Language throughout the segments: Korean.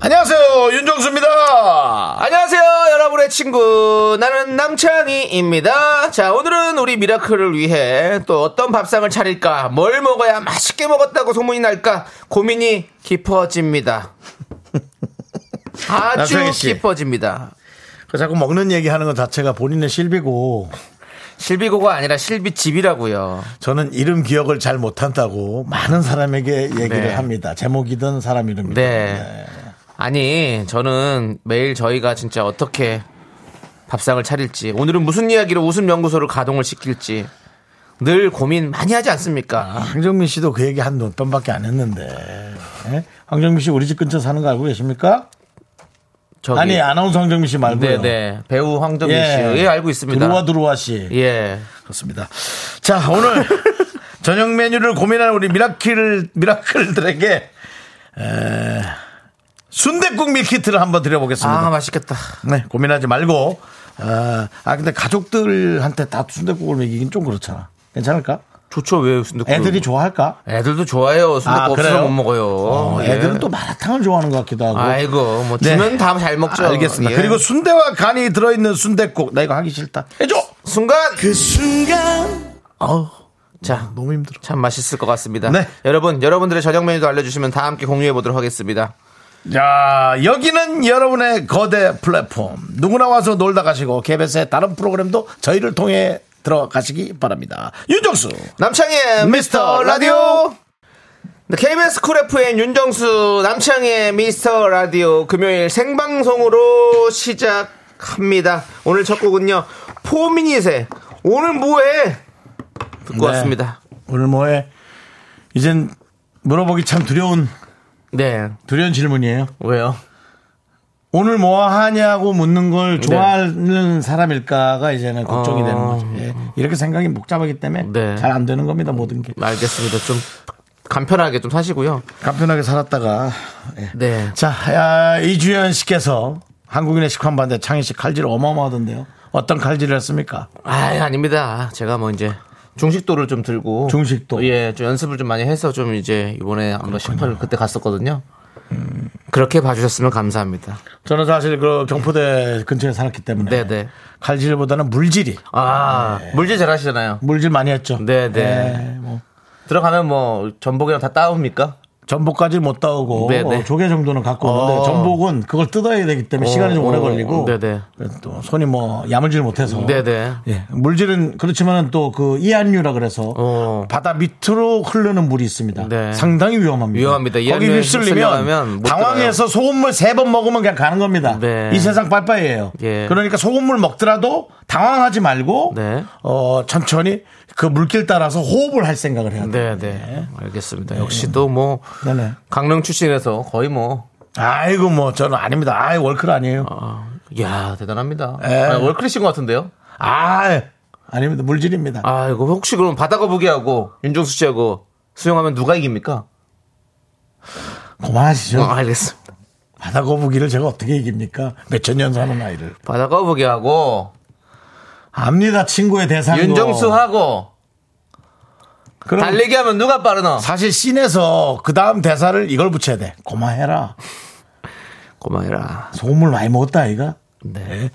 안녕하세요 윤정수입니다. 안녕하세요, 여러분의 친구. 나는 남창희입니다. 자, 오늘은 우리 미라클을 위해 또 어떤 밥상을 차릴까, 뭘 먹어야 맛있게 먹었다고 소문이 날까, 고민이 깊어집니다. 아주 남창희 씨. 깊어집니다. 그 자꾸 먹는 얘기하는 것 자체가 본인의 실비고 실비고가 아니라 실비집이라고요. 저는 이름 기억을 잘 못한다고 많은 사람에게 얘기를 네. 합니다. 제목이든 사람 이름이든. 네. 아니, 저는 매일 저희가 진짜 어떻게 밥상을 차릴지, 오늘은 무슨 이야기로 웃음 연구소를 가동을 시킬지 늘 고민 많이 하지 않습니까? 아, 황정민 씨도 그 얘기 한 논밤밖에 안 했는데. 예? 황정민 씨 우리 집 근처 사는 거 알고 계십니까? 저기- 아니 아나운서 황정민 씨 말고요. 네네 배우 황정민 씨, 예 알고 있습니다. 들어와 들어와 씨. 예, 그렇습니다. 자 오늘 저녁 메뉴를 고민하는 우리 미라클 미라클들에게 순대국 밀키트를 한번 드려보겠습니다. 아 맛있겠다. 네, 고민하지 말고. 아, 아, 근데 가족들한테 다 순대국을 먹이긴 좀 그렇잖아. 괜찮을까? 좋죠 왜 순대국? 애들이 좋아할까? 애들도 좋아해요. 순대국 아, 없어서 그래요? 못 먹어요. 어, 예. 애들은 또 마라탕을 좋아하는 것 같기도 하고. 아이고 뭐 네. 주면 다 잘 먹죠. 알겠습니다. 예. 그리고 순대와 간이 들어있는 순대국. 나 이거 하기 싫다. 해줘! 순간 그 순간. 어 자. 너무 힘들어. 참 맛있을 것 같습니다. 네. 여러분, 여러분들의 저녁 메뉴도 알려주시면 다 함께 공유해 보도록 하겠습니다. 자, 여기는 여러분의 거대 플랫폼. 누구나 와서 놀다 가시고, KBS의 다른 프로그램도 저희를 통해 들어가시기 바랍니다. 윤정수! 남창희의 미스터 미스터 라디오. 라디오. 네, KBS 쿨 FM 윤정수 남창희의 미스터 라디오 금요일 생방송으로 시작합니다. 오늘 첫 곡은요. 포미닛의 오늘 뭐해? 듣고 네. 왔습니다. 오늘 뭐해? 이젠 물어보기 참 두려운, 네. 두려운 질문이에요. 왜요? 오늘 뭐 하냐고 묻는 걸 좋아하는 사람일까가 이제는 걱정이 네. 어. 되는 거죠. 예. 이렇게 생각이 복잡하기 때문에 네. 잘 안 되는 겁니다. 모든 게 알겠습니다. 좀 간편하게 좀 사시고요. 간편하게 살았다가 예. 네. 자 야, 이주연 씨께서 한국인의 식판 반대 창희 씨 칼질 어마어마하던데요. 어떤 칼질을 했습니까? 아, 아닙니다. 제가 뭐 이제 중식도를 좀 들고 중식도. 예, 좀 연습을 좀 많이 해서 좀 이제 이번에 한번 심판을 그때 갔었거든요. 음. 그렇게 봐주셨으면 감사합니다. 저는 사실 그 경포대 근처에 살았기 때문에 네네. 칼질보다는 물질이 아, 네. 물질 잘하시잖아요. 물질 많이 했죠. 네네. 예, 뭐 들어가면 뭐 전복이랑 다 따옵니까? 어. 전복까지 못 따오고 네네. 어, 조개 정도는 갖고 오는데 어. 전복은 그걸 뜯어야 되기 때문에 시간이 좀 오래 어, 걸리고 네네. 그래서 또 손이 뭐 야물질 못해서 네네. 예, 물질은 그렇지만 또 그 이한류라 그래서 어. 바다 밑으로 흐르는 물이 있습니다. 네. 상당히 위험합니다. 위험합니다. 거기 이한류에 휩쓸려가면 휩쓸리면 못 당황해서 소금물 세 번 먹으면 그냥 가는 겁니다. 네. 이 세상 빨빠이에요. 예. 그러니까 소금물 먹더라도 당황하지 말고 네. 어, 천천히 그 물길 따라서 호흡을 할 생각을 해야 돼요. 네네. 알겠습니다. 역시 또 뭐 네. 네네. 강릉 출신에서 거의 뭐 아이고 뭐 저는 아닙니다. 아 월클 아니에요. 아, 야 대단합니다. 예. 아, 월클이신 것 같은데요? 아 아닙니다. 물질입니다. 아 이거 혹시 그럼 바다 거북이하고 윤종수 씨하고 수영하면 누가 이깁니까? 그만하시죠. 어, 알겠습니다. 바다 거북이를 제가 어떻게 이깁니까? 몇천 년 사는 아이를. 바다 거북이하고 압니다 친구의 아, 대상도. 어. 윤종수하고 그럼 달리기하면 누가 빠르나? 사실 씬에서 그 다음 대사를 이걸 붙여야 돼. 고마해라. 고마해라. 소금물 많이 먹었다 아이가. 네.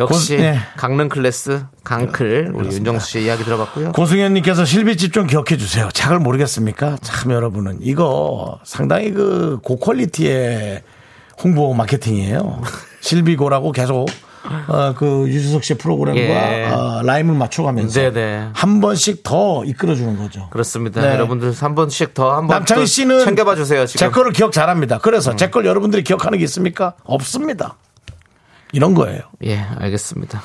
역시 고- 네. 강릉 클래스 강클 우리 윤정수 씨 이야기 들어봤고요. 고승현님께서 실비집 좀 기억해 주세요. 작을 모르겠습니까? 참 여러분은 이거 상당히 그 고퀄리티의 홍보 마케팅이에요. 실비고라고 계속 어, 그 유재석 씨 프로그램과 예. 어, 라임을 맞춰가면서 네네. 한 번씩 더 이끌어 주는 거죠. 그렇습니다. 네. 여러분들 한 번씩 더 한 번 남창희 씨는 챙겨봐 주세요. 제 지금 음. 거를 기억 잘합니다. 그래서 제 걸 여러분들이 기억하는 게 있습니까? 없습니다. 이런 거예요. 예 알겠습니다.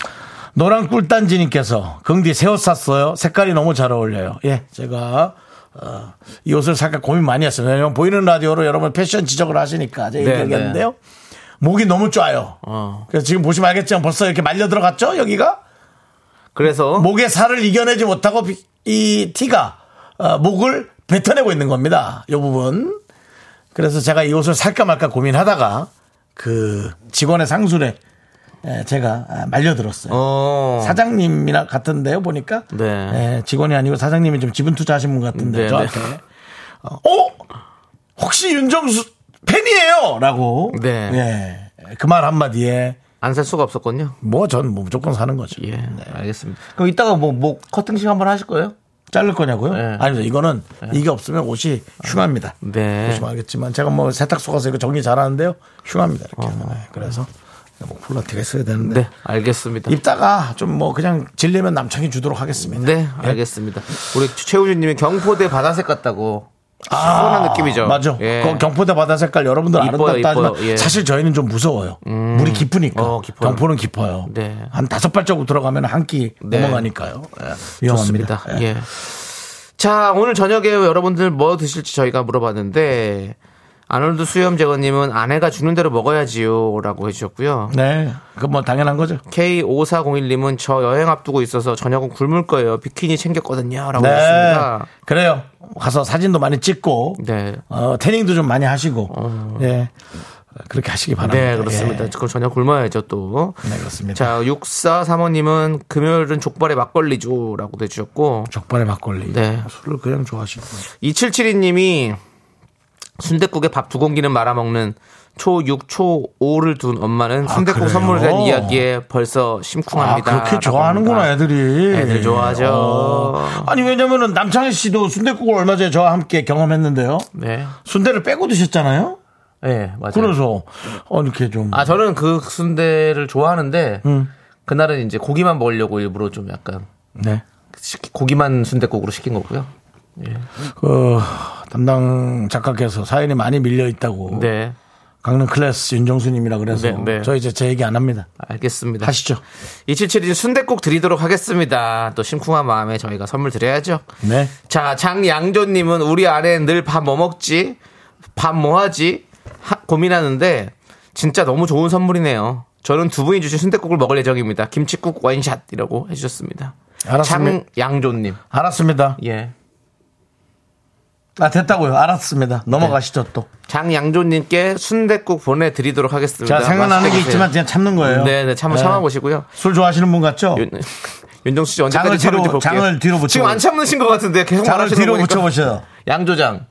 노란 꿀단지님께서 긍디 새 옷 샀어요. 색깔이 너무 잘 어울려요. 예, 제가 어, 이 옷을 살짝 고민 많이 했어요. 왜냐면 보이는 라디오로 여러분 패션 지적을 하시니까 제가 네, 어. 얘기하겠는데요. 목이 너무 짜요. 그래서 지금 보시면 알겠지만 벌써 이렇게 말려 들어갔죠? 여기가? 그래서 목의 살을 이겨내지 못하고 비- 이 티가 어, 목을 뱉어내고 있는 겁니다. 요 부분. 그래서 제가 이 옷을 살까 말까 고민하다가 그 직원의 상술에 에, 제가 아, 말려들었어요. 어. 사장님이나 같은데요 보니까 네. 예, 직원이 아니고 사장님이 좀 지분 투자하신 분 같은데 네, 저한테 어 혹시 윤정수 팬이에요라고 네. 그 말 한마디에 안 살 수가 없었군요. 뭐 전 뭐 무조건 사는 거죠. 예, 알겠습니다. 그럼 이따가 뭐, 뭐, 커팅식 한번 하실 거예요? 자를 거냐고요? 네. 아니요 이거는 이게 없으면 옷이 흉합니다. 네. 보시면 알겠지만 제가 뭐 세탁소 가서 이거 정리 잘하는데요 흉합니다 이렇게 어. 네, 그래서 뭐 폴라티가 있어야 되는데 네, 알겠습니다. 입다가 좀 뭐 그냥 질리면 남창이 주도록 하겠습니다. 네, 알겠습니다. 우리 최우준님이 경포대 바다색 같다고. 시원한 느낌이죠. 맞아. 예. 그 경포대 바다 색깔 여러분들 이뻐요, 아름답다 하지만 이뻐요. 예. 사실 저희는 좀 무서워요. 물이 깊으니까. 어, 깊어요. 경포는 깊어요. 네. 한 다섯 발자국 들어가면 한 끼 네. 넘어가니까요. 예. 좋습니다. 위험합니다. 예. 예. 자, 오늘 저녁에 여러분들 뭐 드실지 저희가 물어봤는데, 아놀드 수염재건님은 아내가 주는 대로 먹어야지요. 라고 해주셨고요. 네. 그건 뭐 당연한 거죠. K5401님은 저 여행 앞두고 있어서 저녁은 굶을 거예요. 비키니 챙겼거든요. 라고 네. 했습니다. 그래요. 가서 사진도 많이 찍고 네. 어. 어, 태닝도 좀 많이 하시고 예. 그렇게 하시기 바랍니다. 네, 그렇습니다. 예. 그럼 저녁 굶어야죠, 또. 네, 그렇습니다. 자, 6435님은 금요일은 족발에 막걸리죠. 라고 해주셨고, 족발에 막걸리. 네. 술을 그냥 좋아하시고. 2772님이 순댓국에 밥 두 공기는 말아먹는 초6, 초5를 둔 엄마는 순댓국 아, 그래요? 선물된 이야기에 벌써 심쿵합니다. 아, 그렇게 라고 좋아하는구나, 합니다. 애들이. 어. 애들 좋아하죠. 어. 아니, 왜냐면은 남창희 씨도 순대국을 얼마 전에 저와 함께 경험했는데요. 네. 순대를 빼고 드셨잖아요? 네, 맞아요. 그래서, 어, 이렇게 좀. 아, 저는 그 순대를 좋아하는데, 음. 그날은 이제 고기만 먹으려고 일부러 좀 약간 네. 시- 고기만 순댓국으로 시킨 거고요. 그, 담당 작가께서 사연이 많이 밀려 있다고. 네. 강릉 클래스 윤정수님이라 그래서. 네, 네. 저 이제 제 얘기 안 합니다. 알겠습니다. 하시죠. 2772 순대국 드리도록 하겠습니다. 또 심쿵한 마음에 저희가 선물 드려야죠. 네. 자, 장양조님은 우리 아내 는 늘 밥 뭐 먹지? 밥 뭐 하지? 하- 고민하는데 진짜 너무 좋은 선물이네요. 저는 두 분이 주신 순대국을 먹을 예정입니다. 김치국 원샷이라고 해주셨습니다. 알았습니다. 장양조님. 알았습니다. 예. 아, 됐다고요. 알았습니다. 넘어가시죠, 네. 또. 장양조님께 순대국 보내드리도록 하겠습니다. 자, 생각나는 맛있게 게 드세요. 있지만 그냥 참는 거예요. 네네, 참, 네. 참아보시고요. 술 좋아하시는 분 같죠? 윤- 윤정수 씨 언제까지 장을 참을지 뒤로- 볼게요. 장을 뒤로 붙여요. 지금 안 참으신 것 같은데 계속 장을 말하시는 거 뒤로 보니까. 붙여보셔요. 양조장.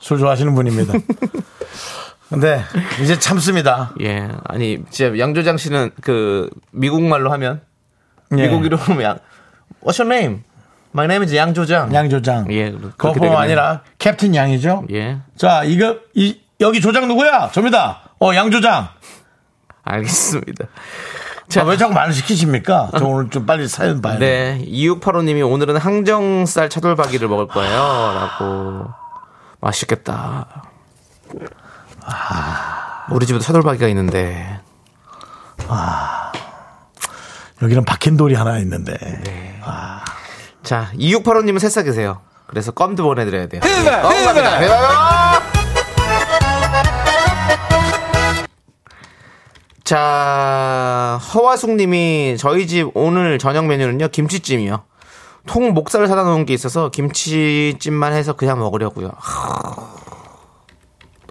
술 좋아하시는 분입니다. 근데 이제 참습니다. 예, 아니 진짜 양조장 씨는 그 미국 말로 하면 예. 미국이로 하면 양, What's your name? My name is 양조장. 아. 양조장. 예, 그렇게 그것뿐만 되겠네요. 아니라 캡틴 양이죠. 예, 자, 이거 이 여기 조장 누구야? 저입니다. 어, 양조장. 알겠습니다. 아, 왜 자꾸 말을 시키십니까? 저 오늘 좀 빨리 사연 봐야 돼. 네, 2685님이 오늘은 항정살 차돌박이를 먹을 거예요.라고 맛있겠다. 아. 우리 집에도 차돌박이가 있는데 여기는 박힌 돌이 하나 있는데. 네. 자, 2685님은 새싹이세요. 그래서 껌도 보내드려야 돼요. 네, 껌갑니다. 대박! 자, 허화숙님이 저희 집 오늘 저녁 메뉴는요, 김치찜이요. 통 목살을 사다 놓은 게 있어서 김치찜만 해서 그냥 먹으려고요. 하,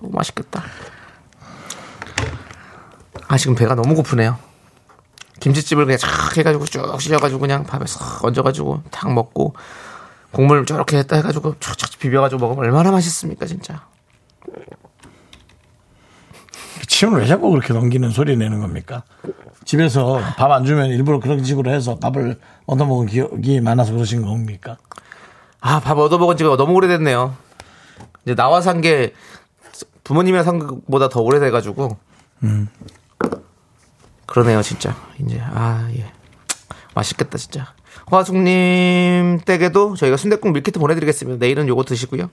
너무 맛있겠다. 아, 지금 배가 너무 고프네요. 김치찜을 그냥 쫙 해가지고 쭉 씻어가지고 그냥 밥에 싹 얹어가지고 탁 먹고 국물 저렇게 했다 해가지고 촥촥 비벼가지고 먹으면 얼마나 맛있습니까 진짜 침을 왜 자꾸 그렇게 넘기는 소리 내는 겁니까? 집에서 밥 안 주면 일부러 그런 식으로 해서 밥을 얻어먹은 기억이 많아서 그러신 겁니까? 아 밥 얻어먹은 지가 너무 오래됐네요 이제 나와 산 게 부모님이랑 산 것보다 더 오래돼가지고 음. 그러네요 진짜 이제 아예 맛있겠다 진짜 화숙님 댁에도 저희가 순댓국 밀키트 보내드리겠습니다 내일은 요거 드시고요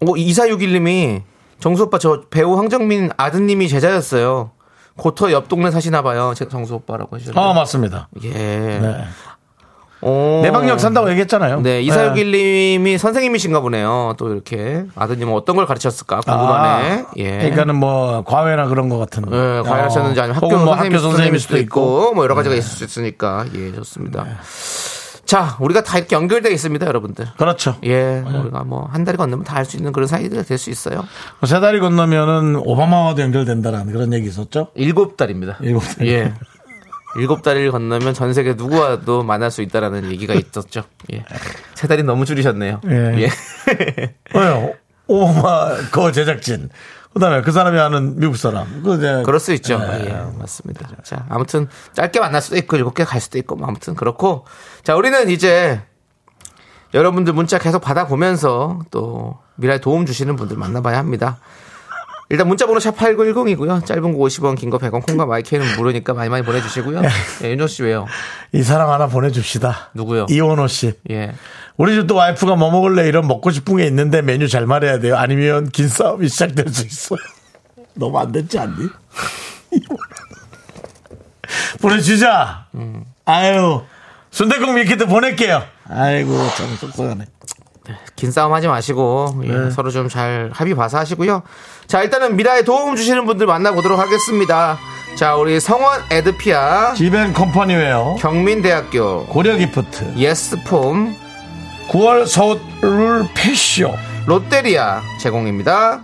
오, 2461님이 정수 오빠 저 배우 황정민 아드님이 제자였어요. 고터 옆 그렇죠. 동네 사시나 봐요. 제- 정수 오빠라고 하시죠. 아, 맞습니다. 예. 네. 오. 어. 내 방역 산다고 얘기했잖아요. 네, 예. 이사육일님이 선생님이신가 보네요. 또 이렇게 아드님은 어떤 걸 가르쳤을까 궁금하네. 아, 예. 그러니까는 뭐 과외나 그런 것 같은. 예, 과외하셨는지 어, 아니면 학교 혹은 뭐 선생님, 학교 선생님일 수도 있고. 네. 뭐 여러 가지가 있을 수 있으니까 예 좋습니다. 자, 우리가 다 이렇게 연결되어 있습니다, 여러분들. 그렇죠. 예, 우리가 뭐 한 달이 건너면 다 할 수 있는 그런 사이가 될 수 있어요. 세 다리 건너면은 오바마와도 연결된다라는 그런 얘기 있었죠. 일곱 달입니다. 일곱 달. 예. 일곱 다리를 건너면 전 세계 누구와도 만날 수 있다라는 얘기가 있었죠. 예. 세 다리 너무 줄이셨네요. 예. 왜요? 오바마 그 제작진. 그다음에 그 사람이 아는 미국 사람. 그 이제 그럴 수 있죠. 예, 맞습니다. 자, 아무튼 짧게 만날 수도 있고 일곱 개 갈 수도 있고 뭐 아무튼 그렇고 자, 우리는 이제 여러분들 문자 계속 받아보면서 또 미라에 도움 주시는 분들 만나봐야 합니다. 일단 문자번호 샵 8910이고요. 짧은 거 50원, 긴 거 100원, 콩과 마이크는 무료니까 많이 많이 보내주시고요. 예, 윤정 씨 왜요? 이 사람 하나 보내줍시다. 누구요? 이원호 씨. 예. 우리 집도 와이프가 뭐 먹을래 이런 먹고 싶은 게 있는데 메뉴 잘 말해야 돼요. 아니면 긴 싸움이 시작될 수 있어요. 너무 안 됐지 않니? 보내주자. 음. 아유 순대국 밀키트 보낼게요. 아이고 참 속상하네. 긴 싸움 하지 마시고 예, 서로 좀 잘 합의 봐서 하시고요. 자 일단은 미라에 도움 주시는 분들 만나보도록 하겠습니다. 자 우리 성원 에드피아, 지벤 컴퍼니웨어 경민대학교, 고려기프트 예스폼, 9월 서울 패쇼 롯데리아 제공입니다.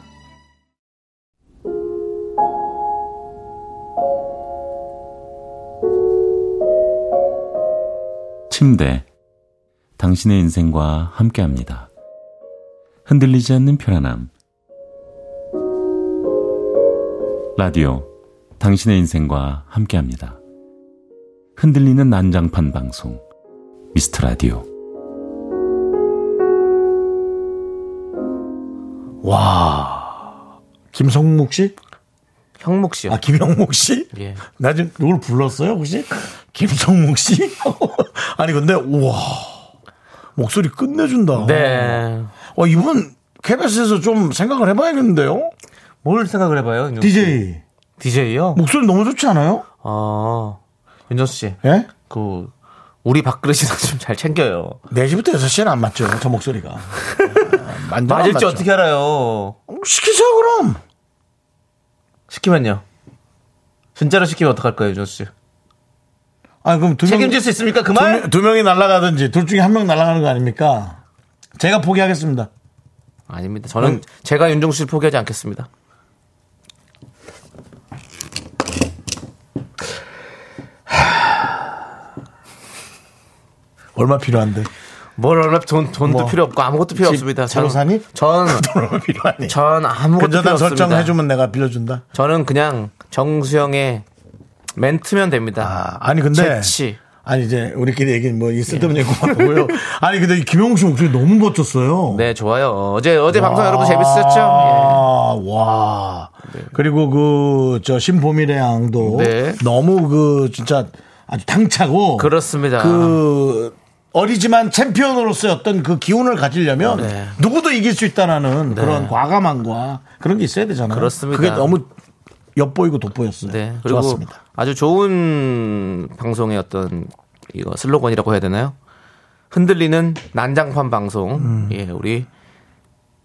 침대. 당신의 인생과 함께 합니다. 흔들리지 않는 편안함. 라디오. 당신의 인생과 함께 합니다. 흔들리는 난장판 방송. 미스터 라디오. 와 김성묵 씨? 형목 씨요. 아 김영묵 씨? 예. 나 지금 누굴 불렀어요 혹시? 김성묵 씨? 아니 근데 우와 목소리 끝내준다. 네. 어 이분 KBS에서 좀 생각을 해봐야겠는데요. 뭘 생각을 해봐요? DJ DJ요? 목소리 너무 좋지 않아요? 어, 윤정수 씨. 예? 그, 우리 밥그릇이나 좀 잘 챙겨요. 4시부터 6시는 안 맞죠 저 목소리가. 아, 완전 안 맞을지 맞죠. 어떻게 알아요? 시키세요 그럼. 시키면요. 진짜로 시키면 어떡할 거예요, 윤정수 씨? 아 그럼 두 명- 책임질 수 있습니까? 그 두, 말? 명- 두 명이 날아가든지 둘 중에 한 명 날아가는 거 아닙니까? 제가 포기하겠습니다. 아닙니다. 저는 음. 제가 윤종수 씨를 포기하지 않겠습니다. 얼마 필요한데? 뭘 얼마 돈 돈도 뭐, 필요 없고 아무것도 필요 집, 없습니다. 새로 사니? 전전 얼마 필요하니? 아무것도 필요 근저당 없습니다. 설정해주면 내가 빌려준다. 저는 그냥 정수영의 멘트면 됩니다. 아, 니 근데 재치. 예. 아니 이제 우리끼리 얘기는 뭐 있을 때는 얘기 고요 아니 근데 이 김영욱 씨 목소리 너무 멋졌어요. 네, 좋아요. 어제 어제 와. 방송 여러분 재밌었죠? 아, 와. 그리고 그 저 신보미래 양도 네. 너무 그 진짜 아주 당차고 예. 그렇습니다. 그 어리지만 챔피언으로서의 어떤 그 기운을 가지려면 네. 누구도 이길 수 있다라는 그런 과감함과 그런 게 있어야 되잖아요. 그렇습니다. 그게 너무 엿보이고 돋보였어요. 네. 그리고 좋았습니다. 아주 좋은 방송의 어떤 이거 슬로건이라고 해야 되나요? 흔들리는 난장판 방송. 음. 예, 우리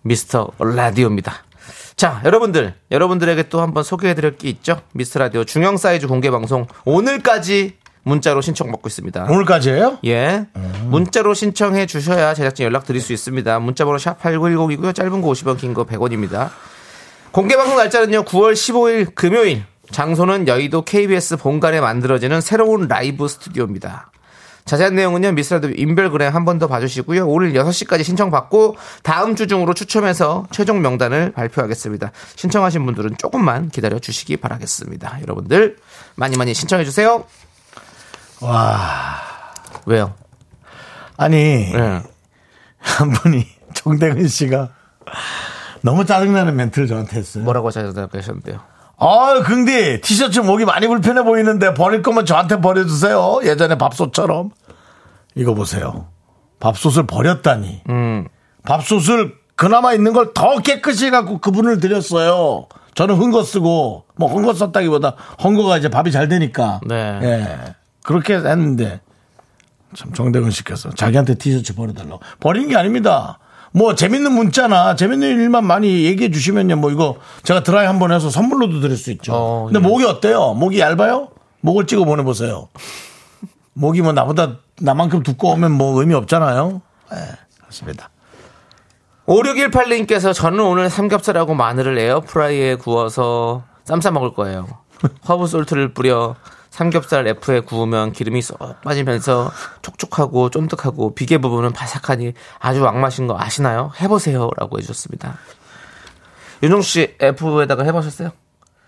미스터 라디오입니다. 자, 여러분들, 여러분들에게 또 한번 소개해 드릴 게 있죠? 미스터 라디오 중형 사이즈 공개 방송 오늘까지 문자로 신청 받고 있습니다. 오늘까지예요? 예. 문자로 신청해 주셔야 제작진 연락 드릴 수 있습니다. 문자 번호 샵 8910이고요. 짧은 거 50원, 긴 거 100원입니다. 공개 방송 날짜는요. 9월 15일 금요일. 장소는 여의도 KBS 본관에 만들어지는 새로운 라이브 스튜디오입니다. 자세한 내용은요. 미스라드 인별그램 한 번 더 봐주시고요. 오늘 6시까지 신청받고 다음 주 중으로 추첨해서 최종 명단을 발표하겠습니다. 신청하신 분들은 조금만 기다려 주시기 바라겠습니다. 여러분들 많이 많이 신청해 주세요. 와. 왜요? 아니, 예. 한 분이 정대근 씨가 너무 짜증나는 멘트를 저한테 했어요. 뭐라고 생각하셨는데요? 아, 근데 티셔츠 목이 많이 불편해 보이는데 버릴 거면 저한테 버려주세요. 예전에 밥솥처럼. 이거 보세요. 밥솥을 버렸다니. 밥솥을 그나마 있는 걸 더 깨끗이 갖고 그분을 드렸어요. 저는 흥거 쓰고 뭐 흥거 썼다기보다 헝거가 이제 밥이 잘 되니까. 네. 예. 그렇게 했는데 참 정대근 시켜서 자기한테 티셔츠 버려달라고 버리는 게 아닙니다. 뭐 재밌는 문자나 재밌는 일만 많이 얘기해 주시면요, 뭐 이거 제가 드라이 한 번 해서 선물로도 드릴 수 있죠. 어, 근데 목이 어때요? 목이 얇아요? 목을 찍어 보내보세요. 목이 뭐 나보다 나만큼 두꺼우면 뭐 의미 없잖아요. 예, 그렇습니다. 5618님께서 저는 오늘 삼겹살하고 마늘을 에어프라이에 구워서 쌈 싸 먹을 거예요. 허브 솔트를 뿌려 삼겹살 F에 구우면 기름이 쏙 빠지면서 촉촉하고 쫀득하고 비계 부분은 바삭하니 아주 왕맛인 거 아시나요? 해보세요. 라고 해주셨습니다. 윤종 씨 F에다가 해보셨어요?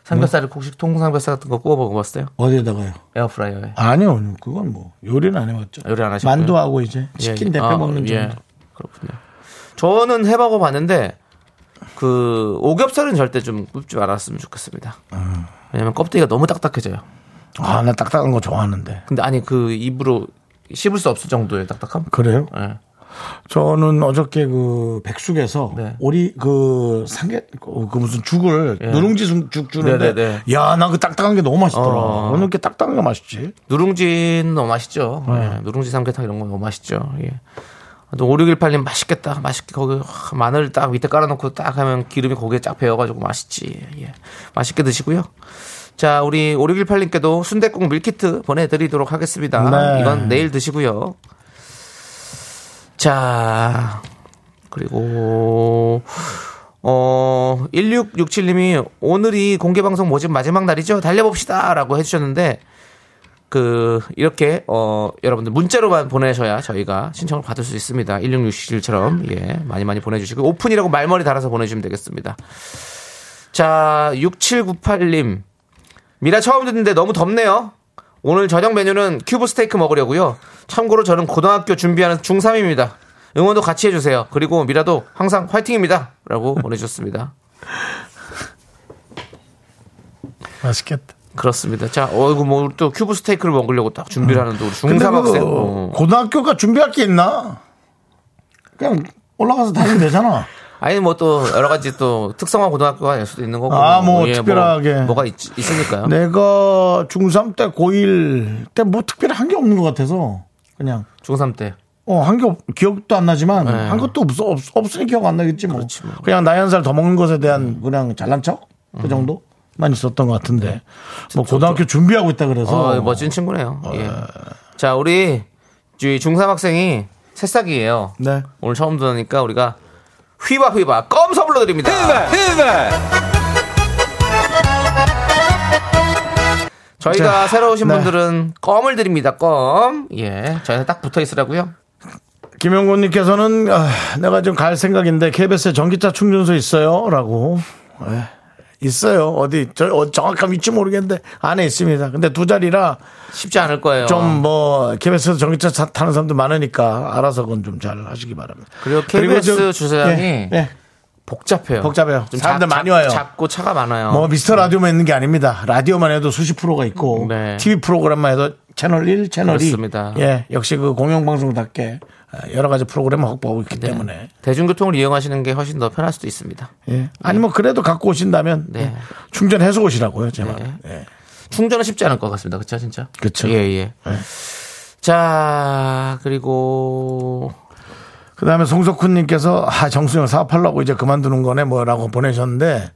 삼겹살을 혹시 통삼겹살 같은 거 구워 먹어봤어요? 어디에다가요? 에어프라이어에. 아니요, 그건 뭐 요리는 안 해봤죠. 요리 안 하셨고요? 만두하고 이제 예, 치킨 예. 대패 아, 먹는 정도. 예. 그렇군요. 저는 해보고 봤는데 그 오겹살은 절대 좀 굽지 말았으면 좋겠습니다. 왜냐면 껍데기가 너무 딱딱해져요. 아, 나 딱딱한 거 좋아하는데. 근데 아니 그 입으로 씹을 수 없을 정도의 딱딱함. 그래요? 예. 저는 어저께 그 백숙에서 네. 오리 그 삼계 그 무슨 죽을 누룽지 숨- 죽 주는데 예. 네, 야 나 그 딱딱한 게 너무 맛있더라. 어. 오늘 이렇게 딱딱한 게 맛있지. 누룽지는 너무 맛있죠. 예, 누룽지 삼계탕 이런 건 너무 맛있죠. 예. 또 5618님 맛있겠다. 맛있게 거기 확 마늘 딱 밑에 깔아놓고 딱 하면 기름이 고기에 쫙 배어가지고 맛있지. 예. 맛있게 드시고요. 자, 우리 5618님께도 순댓국 밀키트 보내드리도록 하겠습니다. 네. 이건 내일 드시고요. 자, 그리고 어 1667님이 오늘이 공개 방송 모집 마지막 날이죠. 달려봅시다라고 해주셨는데 그 이렇게 어 여러분들 문자로만 보내셔야 저희가 신청을 받을 수 있습니다. 1667처럼 예 많이 많이 보내주시고 오픈이라고 말머리 달아서 보내주시면 되겠습니다. 자 6798님 미라 처음 듣는데 너무 덥네요. 오늘 저녁 메뉴는 큐브 스테이크 먹으려고요. 참고로 저는 고등학교 준비하는 중3입니다. 응원도 같이 해주세요. 그리고 미라도 항상 화이팅입니다. 라고 보내주셨습니다. 맛있겠다. 그렇습니다. 자, 어이구, 뭐, 또 큐브 스테이크를 먹으려고 딱 준비를 하는 또 우리 음. 근데 중3 학생. 그 어. 고등학교가 준비할 게 있나? 그냥 올라가서 다니면 되잖아. 아니, 뭐 또 여러 가지 또 특성화 고등학교가 될 수도 있는 거고. 아, 뭐 특별하게. 네. 뭐, 가 있, 으니까요 내가 중3 때 고1 때 뭐 특별히 한 게 없는 것 같아서 그냥 중3 때. 어, 한 게 기억도 안 나지만 네. 한 것도 없, 없, 없으니 기억 안 나겠지 뭐. 그렇지 뭐. 음. 그냥 나이 한 살 더 먹는 것에 대한 그냥 잘난 척 그 정도? 만 있었던 것 같은데 뭐 고등학교 준비하고 있다 그래서 네. 어, 멋진 친구네요. 예. 자, 우리 중3 학생이 새싹이에요. 네. 오늘 처음 들으니까 우리가 휘바 휘바 껌 선물로 드립니다. 저희가 자, 새로 오신 네. 분들은 껌을 드립니다. 껌. 예. 저희는 딱 붙어 있으라고요. 김영곤님께서는 아, 내가 좀 갈 생각인데 KBS에 전기차 충전소 있어요라고 예, 있어요 어디 저 어, 정확한 위치 모르겠는데 안에 있습니다. 근데 두 자리라 쉽지 않을 거예요. 좀 뭐 KBS에서 전기차 차- 타는 사람도 많으니까 알아서 그건 좀 잘 하시기 바랍니다. 그리고 그리고 KBS 좀- 주차장이 예, 예. 복잡해요. 복잡해요. 사람들 많이 와요. 작고 차가 많아요. 뭐 미스터 라디오만 있는 게 아닙니다. 라디오만 해도 수십 프로가 있고 네. TV 프로그램만 해도 채널 1, 채널 2. 그렇습니다. 예, 역시 그 공영방송답게 아, 여러 가지 프로그램을 확보하고 있기 네. 때문에. 대중교통을 이용하시는 게 훨씬 더 편할 수도 있습니다. 예. 아니면 그래도 갖고 오신다면 네. 예, 충전해서 오시라고요, 제 말은. 예. 충전은 쉽지 않을 것 같습니다. 그렇죠, 진짜? 그쵸. 네. 예, 예. 자, 그리고 그다음에 송석훈님께서 아 정수영 사업하려고 이제 그만두는 거네 뭐라고 보내셨는데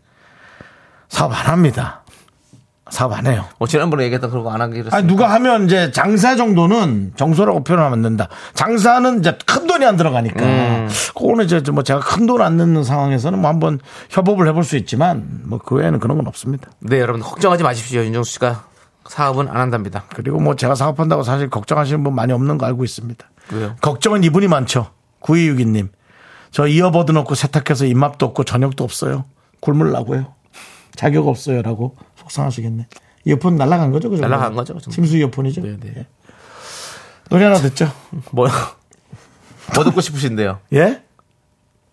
사업 안 합니다. 사업 안 해요. 어, 지난번에 얘기했던 그런 거 안 하기로 아 누가 하면 이제 장사 정도는 정소라고 표현하면 안 된다. 장사는 이제 큰 돈이 안 들어가니까. 그거는 이제 뭐 제가 큰 돈 안 넣는 상황에서는 뭐 한번 협업을 해볼 수 있지만 뭐 그 외에는 그런 건 없습니다. 네, 여러분 걱정하지 마십시오. 윤정수 씨가 사업은 안 한답니다. 그리고 뭐 제가 사업한다고 사실 걱정하시는 분 많이 없는 거 알고 있습니다. 왜요? 걱정은 이분이 많죠. 9262님. 저 이어버드 넣고 세탁해서 입맛도 없고 저녁도 없어요. 굶으려고요. 자격 없어요. 라고 속상하시겠네. 이어폰 날라간 거죠? 그죠? 날라간 거죠, 좀. 침수 이어폰이죠? 네, 네. 예. 노래 하나 듣죠? 뭐, 뭐 듣고 싶으신데요? 예?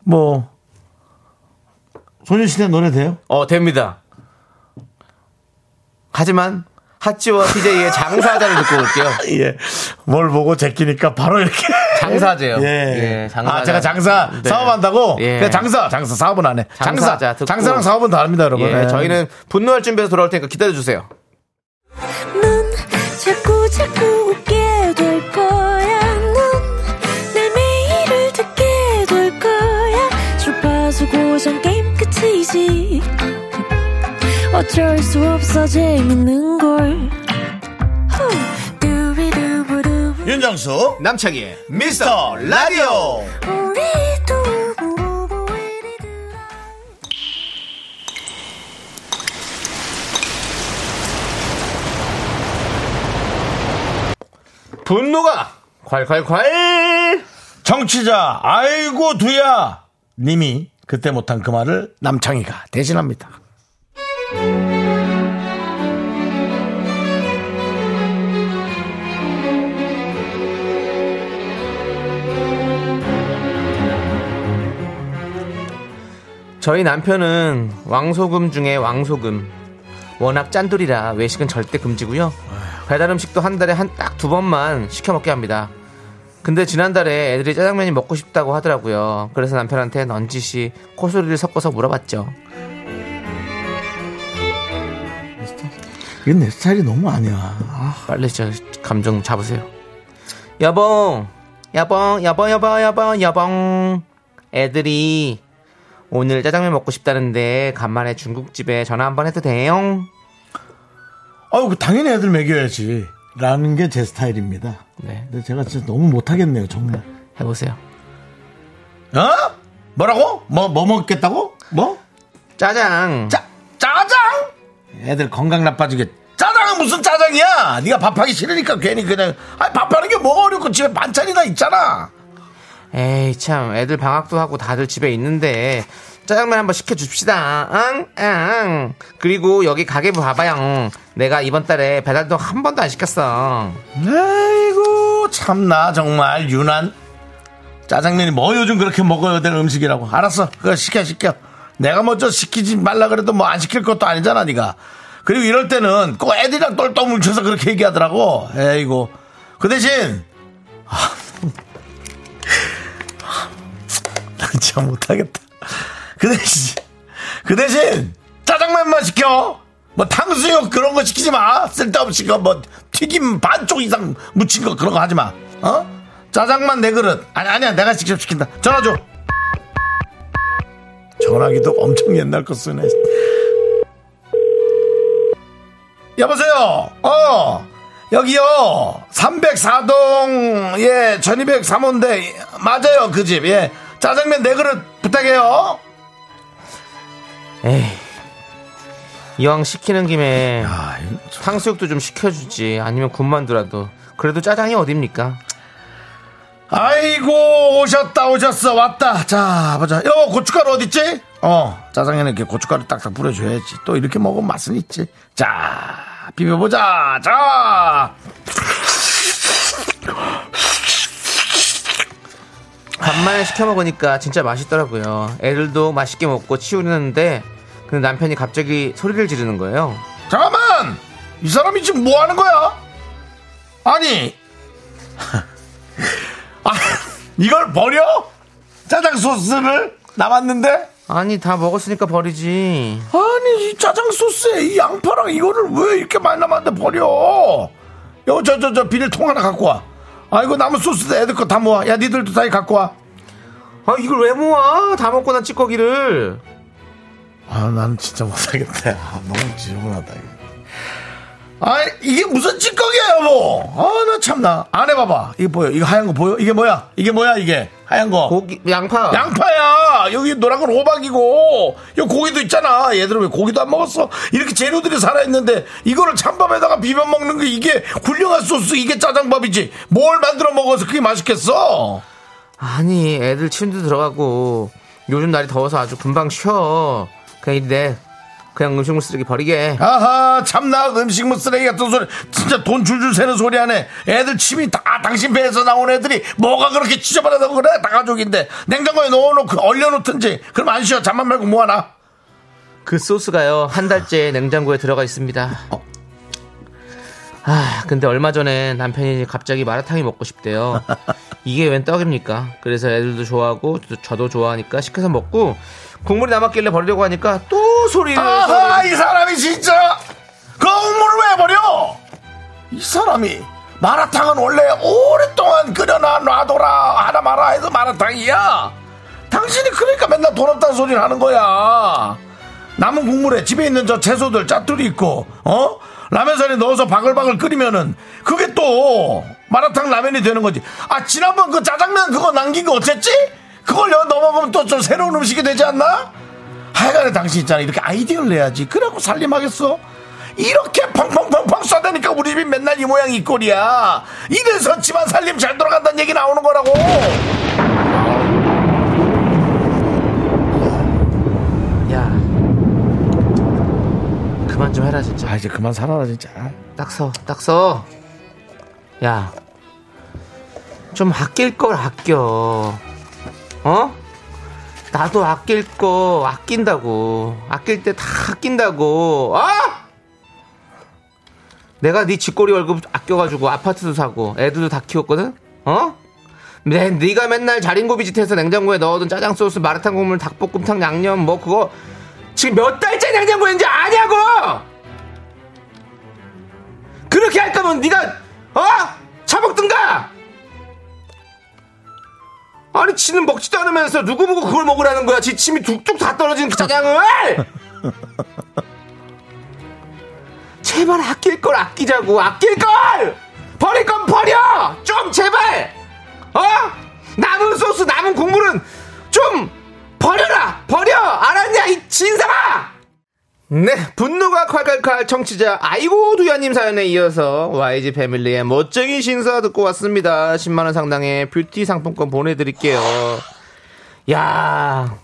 뭐, 소녀시대 노래 돼요? 어, 됩니다. 하지만 핫지와 TJ의 장사하자를 듣고 올게요. 예. 뭘 보고 제끼니까 바로 이렇게. 장사제요. 예. 예, 장사자. 아, 제가 장사, 네. 사업한다고? 예. 그냥 장사, 장사, 사업은 안 해. 장사. 장사자 듣고. 장사랑 사업은 다릅니다, 여러분. 예, 예. 저희는 분노할 준비해서 돌아올 테니까 기다려 주세요. 넌 자꾸 자꾸 웃게 될 거야. 어쩔 수 없어 재밌는 걸 후. 두비두부두. 윤정수 남창희의 미스터 라디오 우리 두부부부 우리 두부부. 분노가 콸콸콸 정치자 아이고 두야 님이 그때 못한 그 말을 남창희가 대신합니다. 저희 남편은 왕소금 중에 왕소금 워낙 짠돌이라 외식은 절대 금지고요 배달 음식도 한 달에 한 딱 두 번만 시켜 먹게 합니다 근데 지난달에 애들이 짜장면이 먹고 싶다고 하더라고요 그래서 남편한테 넌지시 코소리를 섞어서 물어봤죠 이건 내 스타일이 너무 아니야. 빨리 저 감정 잡으세요. 여봉, 여봉, 여봉, 여봉, 여봉, 여봉. 애들이 오늘 짜장면 먹고 싶다는데 간만에 중국집에 전화 한번 해도 돼요? 아유, 그 당연히 애들 먹여야지. 라는 게 제 스타일입니다. 네, 근데 제가 진짜 너무 못하겠네요, 정말. 해보세요. 어? 뭐라고? 뭐, 뭐 먹겠다고? 뭐? 짜장. 짜, 짜장? 애들 건강 나빠지게. 짜장은 무슨 짜장이야? 네가 밥하기 싫으니까 괜히 그냥 아니 밥하는 게 뭐가 어렵고 집에 반찬이나 있잖아. 에이 참, 애들 방학도 하고 다들 집에 있는데 짜장면 한번 시켜줍시다. 응, 응. 그리고 여기 가게 봐봐요. 내가 이번 달에 배달도 한 번도 안 시켰어. 아이고 참나 정말 유난 짜장면이 뭐 요즘 그렇게 먹어야 될 음식이라고 알았어 그거 시켜 시켜 내가 먼저 시키지 말라 그래도 뭐 안 시킬 것도 아니잖아 네가 그리고 이럴 때는 꼭 애들이랑 똘똘 뭉쳐서 그렇게 얘기하더라고 에이고 그 대신 아, 나 진짜 못하겠다 그 대신 그 대신 짜장면만 시켜. 뭐 탕수육 그런 거 시키지 마. 쓸데없이 그뭐 튀김 반쪽 이상 묻힌 거 그런 거 하지 마. 어? 짜장만 내 그릇. 아니 아니야 내가 직접 시킨다. 전화 줘. 전화기도 엄청 옛날 거 쓰네. 여보세요. 어. 여기요. 304동 예, 1203호인데 맞아요. 그 집. 예. 짜장면 네 그릇 부탁해요. 에이. 이왕 시키는 김에 아, 이거 참- 탕수육도 좀 시켜주지 아니면 군만두라도 그래도 짜장이 어딥니까 아이고 오셨다 오셨어 왔다 자 보자 여 고춧가루 어딨지? 어 짜장면에 이렇게 고춧가루 딱딱 뿌려줘야지 또 이렇게 먹으면 맛은 있지 자 비벼보자 자 간만에 시켜 먹으니까 진짜 맛있더라고요 애들도 맛있게 먹고 치우려는데 근데 남편이 갑자기 소리를 지르는 거예요 잠깐만 이 사람이 지금 뭐 하는 거야? 아니 아, 이걸 버려? 짜장 소스를 남았는데 아니 다 먹었으니까 버리지 아니 이 짜장 소스에 이 양파랑 이거를 왜 이렇게 많이 남았는데 버려 여기 저저 저 비닐통 하나 갖고 와 아이고 남은 소스도 애들 거 다 모아 야 니들도 다 갖고 아 이걸 왜 모아 다 먹고 난 찌꺼기를 와아 난 진짜 못하겠다 아, 너무 지저분하다 이거 아 이게 무슨 찌꺼기야 여보 아나 참나 안 해봐봐 이거 보여 이거 하얀 거 보여 이게 뭐야 이게 뭐야 이게 하얀 거 고기 양파 양파야 여기 노란 건 호박이고 여기 고기도 있잖아 얘들은 왜 고기도 안 먹었어 이렇게 재료들이 살아있는데 이거를 찬밥에다가 비벼 먹는 게 이게 훌륭한 소스 이게 짜장밥이지 뭘 만들어 먹어서 그게 맛있겠어 아니 애들 침도 들어가고 요즘 날이 더워서 아주 금방 쉬어 그냥 이내 그냥 음식물 쓰레기 버리게 아하 참나 음식물 쓰레기 같은 소리 진짜 돈 줄줄 새는 소리 하네 애들 침이 다 당신 배에서 나온 애들이 뭐가 그렇게 지저분하다고 그래 다 가족인데 냉장고에 넣어놓고 얼려놓든지 그럼 안 쉬어 잠만 말고 뭐하나 그 소스가요 한 달째 냉장고에 들어가 있습니다. 아 근데 얼마 전에 남편이 갑자기 마라탕이 먹고 싶대요. 이게 웬 떡입니까? 그래서 애들도 좋아하고 저도- 저도 좋아하니까 시켜서 먹고 국물이 남았길래 버리려고 하니까 또 소리를 아하 이 사람이 진짜 그 우물을 왜 버려 이 사람이 마라탕은 원래 오랫동안 끓여놔 놔둬라 하나 마라 해서 마라탕이야 당신이 그러니까 맨날 돈 없다는 소리를 하는 거야 남은 국물에 집에 있는 저 채소들 짜투리 있고 어 라면살에 넣어서 바글바글 끓이면은 그게 또 마라탕 라면이 되는 거지. 아 지난번 그 짜장면 그거 남긴 거 어쨌지? 그걸 여 넘어가면 또 좀 새로운 음식이 되지 않나? 하여간에 당신 있잖아 이렇게 아이디어를 내야지. 그러고 살림하겠어? 이렇게 펑펑펑펑 쏴대니까 우리 집이 맨날 이 모양 이 꼴이야. 이래서 집안 살림 잘 돌아간다는 얘기 나오는 거라고. 야 그만 좀 해라 진짜 아 이제 그만 살아라 진짜. 딱서딱서야 좀 아낄 걸 아껴 어 나도 아낄 거 아낀다고 아낄 때 다 아낀다고 아 내가 네 쥐꼬리 월급 아껴가지고 아파트도 사고 애들도 다 키웠거든 어 네, 네가 맨날 자린고비 짓해서 냉장고에 넣어둔 짜장 소스, 마라탕 국물, 닭볶음탕 양념 뭐 그거 지금 몇 달째 냉장고에 있는지 아냐고! 그렇게 할 거면 네가 어? 처먹든가. 아니 지는 먹지도 않으면서 누구 보고 그걸 먹으라는 거야? 지침이 뚝뚝 다 떨어진 그 짜장을. 제발 아낄 걸 아끼자고 아낄 걸 버릴 건 버려 좀 제발 어 남은 소스 남은 국물은 좀 버려라 버려 알았냐 이 진상아 네, 분노가 칼칼칼 청취자 아이고 두야님 사연에 이어서 YG 패밀리의 멋쟁이 신사 듣고 왔습니다. 10만 원 상당의 뷰티 상품권 보내드릴게요. 야,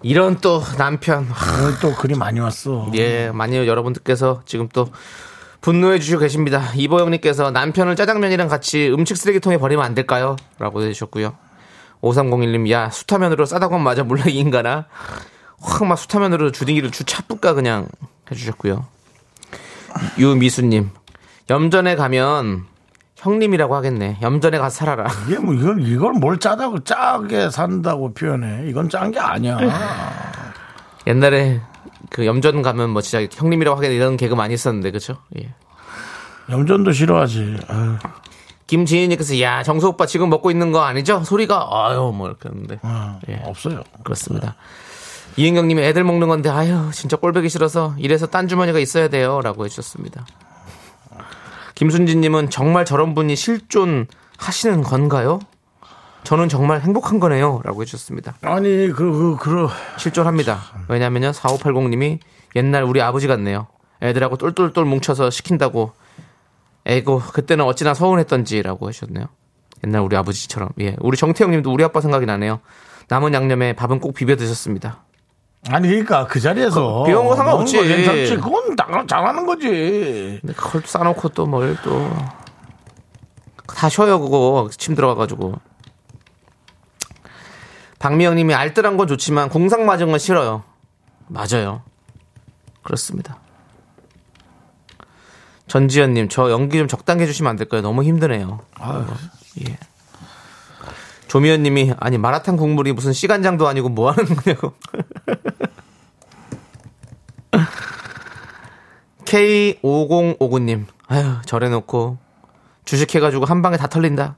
이런 또 남편 하, 오늘 아, 또 글이 많이 왔어. 예, 많이 여러분들께서 지금 또 분노해 주시고 계십니다. 이보영님께서 남편을 짜장면이랑 같이 음식 쓰레기통에 버리면 안 될까요? 라고 해주셨고요. 5301님, 야, 수타면으로 싸다건 맞아 몰라 이 인간아. 확 막 수타면으로 주둥이를 주 차뿌까 그냥 해주셨고요. 유미수님, 염전에 가면 형님이라고 하겠네. 염전에 가서 살아라. 이게 뭐 이걸 이걸 뭘 짜다고 짜게 산다고 표현해. 이건 짠 게 아니야. 옛날에 그 염전 가면 뭐 진짜 형님이라고 하겠네 이런 개그 많이 있었는데 그쵸? 예. 염전도 싫어하지. 아유, 김지인님께서 야 정수 오빠 지금 먹고 있는 거 아니죠? 소리가 아유 뭐 이렇게 했는데 예. 없어요. 그렇습니다. 이은경님이 애들 먹는 건데 아유 진짜 꼴보기 싫어서 이래서 딴 주머니가 있어야 돼요라고 해주셨습니다. 김순진님은 정말 저런 분이 실존 하시는 건가요? 저는 정말 행복한 거네요라고 해주셨습니다. 아니 그그 그, 실존합니다. 왜냐면요 4580님이 옛날 우리 아버지 같네요. 애들하고 똘똘똘 뭉쳐서 시킨다고 에고 그때는 어찌나 서운했던지라고 하셨네요. 옛날 우리 아버지처럼 예 우리 정태영님도 우리 아빠 생각이 나네요. 남은 양념에 밥은 꼭 비벼 드셨습니다. 아니 그러니까 그 그, 자리에서 비운 거 상관없지. 먹는 거 괜찮지. 그건 나- 잘하는 거지. 근데 그걸 또 싸놓고 또 뭘 또. 다 쉬어요, 그거. 침 들어가가지고. 박미영 님이 알뜰한 건 좋지만 공상 맞은 건 싫어요. 맞아요. 그렇습니다. 전지현 님, 저 연기 좀 적당히 해주시면 안 될까요? 너무 힘드네요. 예. 조미연 님이, 아니, 마라탕 국물이 무슨 시간장도 아니고 뭐 하는 거냐고. K5059님, 아휴, 절해놓고 주식해가지고 한 방에 다 털린다.